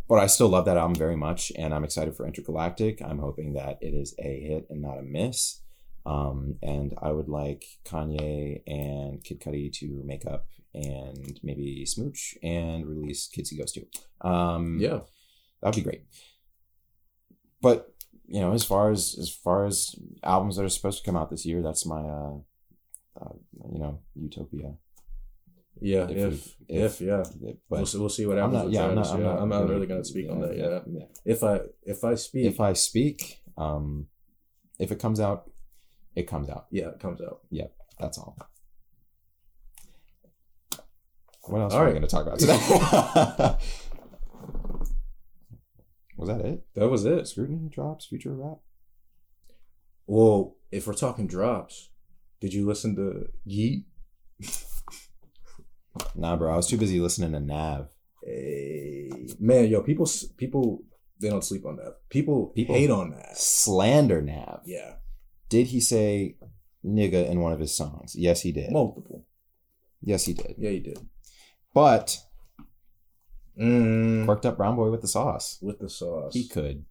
Speaker 2: but I still love that album very much, and I'm excited for Intergalactic. I'm hoping that it is a hit and not a miss. Um, and I would like Kanye and Kid Cudi to make up and maybe smooch and release Kids He Goes To. Um,
Speaker 1: yeah,
Speaker 2: that'd be great. But you know, as far as as far as albums that are supposed to come out this year, that's my uh, uh you know utopia.
Speaker 1: yeah.
Speaker 2: If
Speaker 1: If
Speaker 2: you-
Speaker 1: if,
Speaker 2: if-
Speaker 1: yeah, we'll,
Speaker 2: But
Speaker 1: see, we'll see what
Speaker 2: I'm
Speaker 1: happens.
Speaker 2: not.
Speaker 1: with
Speaker 2: Yeah, I'm not.
Speaker 1: Travis.
Speaker 2: I'm
Speaker 1: yeah,
Speaker 2: not,
Speaker 1: I'm not really gonna speak on that. Yeah.
Speaker 2: yeah.
Speaker 1: If I if I speak,
Speaker 2: If I speak, um, if it comes out, it comes out.
Speaker 1: yeah, it comes out.
Speaker 2: That's all. What else
Speaker 1: All
Speaker 2: are
Speaker 1: right.
Speaker 2: we going to talk about today? [laughs] Was that it?
Speaker 1: That was it.
Speaker 2: Scrutiny drops future rap.
Speaker 1: Well, if we're talking drops, did you listen to Yeet?
Speaker 2: Nah, bro. I was too busy listening to Nav.
Speaker 1: Hey, Eh, man, yo, people, s- people, they don't sleep on that. People,
Speaker 2: People-
Speaker 1: hate on that.
Speaker 2: slander Nav.
Speaker 1: Yeah,
Speaker 2: Did he say nigga in one of his songs? Yes, he did.
Speaker 1: multiple.
Speaker 2: yes, he did.
Speaker 1: Yeah, you did.
Speaker 2: But
Speaker 1: Mm,
Speaker 2: quirked up brown boy with the sauce.
Speaker 1: with the sauce.
Speaker 2: He could.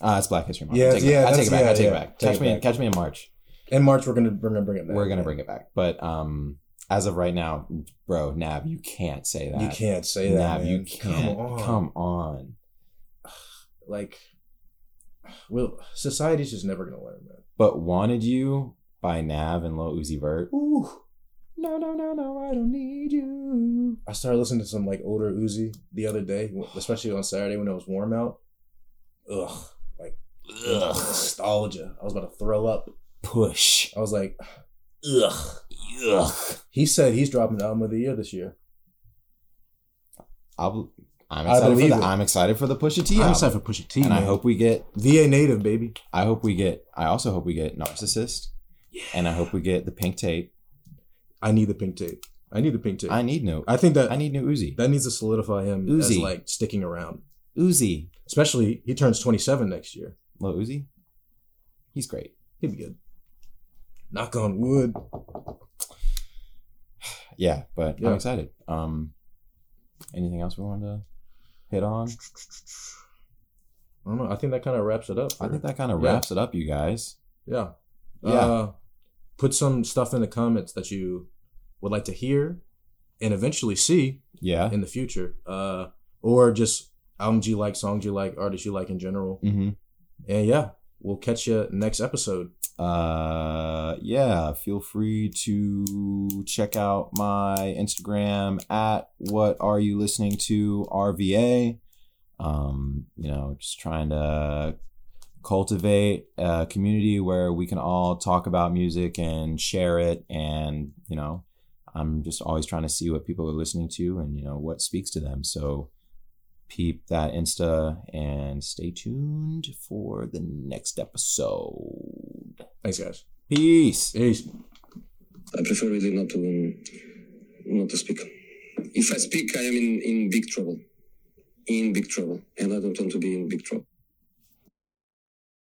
Speaker 2: Ah, it's Black History Month.
Speaker 1: Yeah,
Speaker 2: I take it
Speaker 1: yeah,
Speaker 2: back. I take
Speaker 1: that's-
Speaker 2: it back. I
Speaker 1: yeah,
Speaker 2: take it
Speaker 1: yeah.
Speaker 2: back.
Speaker 1: Take
Speaker 2: Catch
Speaker 1: it
Speaker 2: me.
Speaker 1: back.
Speaker 2: Catch me in March.
Speaker 1: In March, we're gonna we're gonna bring it back.
Speaker 2: We're gonna bring it back. But um, as of right now, bro, Nav, you can't say that.
Speaker 1: You can't say that.
Speaker 2: Nav,
Speaker 1: man.
Speaker 2: you can't.
Speaker 1: Come on.
Speaker 2: Come on.
Speaker 1: Like, well, society's just never gonna learn, man.
Speaker 2: But wanted you by Nav and Lil Uzi Vert.
Speaker 1: Ooh.
Speaker 2: No, no, no, no. I don't need you.
Speaker 1: I started listening to some like older Uzi the other day, especially on Saturday when it was warm out. Ugh, like ugh, nostalgia. I was about to throw up.
Speaker 2: Push.
Speaker 1: I was like, ugh, ugh. He said he's dropping the album of the year this year.
Speaker 2: I'll, I'm
Speaker 1: I
Speaker 2: excited for
Speaker 1: believe
Speaker 2: the,
Speaker 1: it.
Speaker 2: I'm excited for the Pusha T. album.
Speaker 1: for Pusha T.
Speaker 2: and I hope we get
Speaker 1: VA native baby.
Speaker 2: I hope we get I also hope we get Narcissist and I hope we get the Pink Tape.
Speaker 1: I need the pink tape. I need the pink tape.
Speaker 2: I
Speaker 1: I,
Speaker 2: need new
Speaker 1: think that
Speaker 2: I need new Uzi.
Speaker 1: that needs to solidify him as
Speaker 2: Uzi.
Speaker 1: like sticking around.
Speaker 2: Uzi,
Speaker 1: Especially he turns twenty seven next year.
Speaker 2: little Uzi. He's great.
Speaker 1: He'd be good. Knock on wood.
Speaker 2: Yeah, but I'm
Speaker 1: Yeah.
Speaker 2: excited. Um anything else we wanted to hit on?
Speaker 1: I don't know. I think that kind of wraps it up.
Speaker 2: I think that kind of
Speaker 1: Yeah.
Speaker 2: wraps it up, you guys.
Speaker 1: Yeah.
Speaker 2: Yeah.
Speaker 1: Uh, put some stuff in the comments that you would like to hear and eventually see
Speaker 2: Yeah.
Speaker 1: in the future. Uh, or just albums you like, songs you like, artists you like in general.
Speaker 2: Mm-hmm.
Speaker 1: And yeah, we'll catch you next episode.
Speaker 2: uh yeah feel free to check out my instagram at what are you listening to rva um you know just trying to cultivate a community where we can all talk about music and share it and you know i'm just always trying to see what people are listening to and you know what speaks to them so peep that insta and stay tuned for the next episode
Speaker 1: Thanks, guys.
Speaker 2: Peace.
Speaker 1: Peace.
Speaker 3: I prefer really not to um, not to speak. If I speak, I am in, in big trouble. In big trouble. And I don't want to be in big trouble.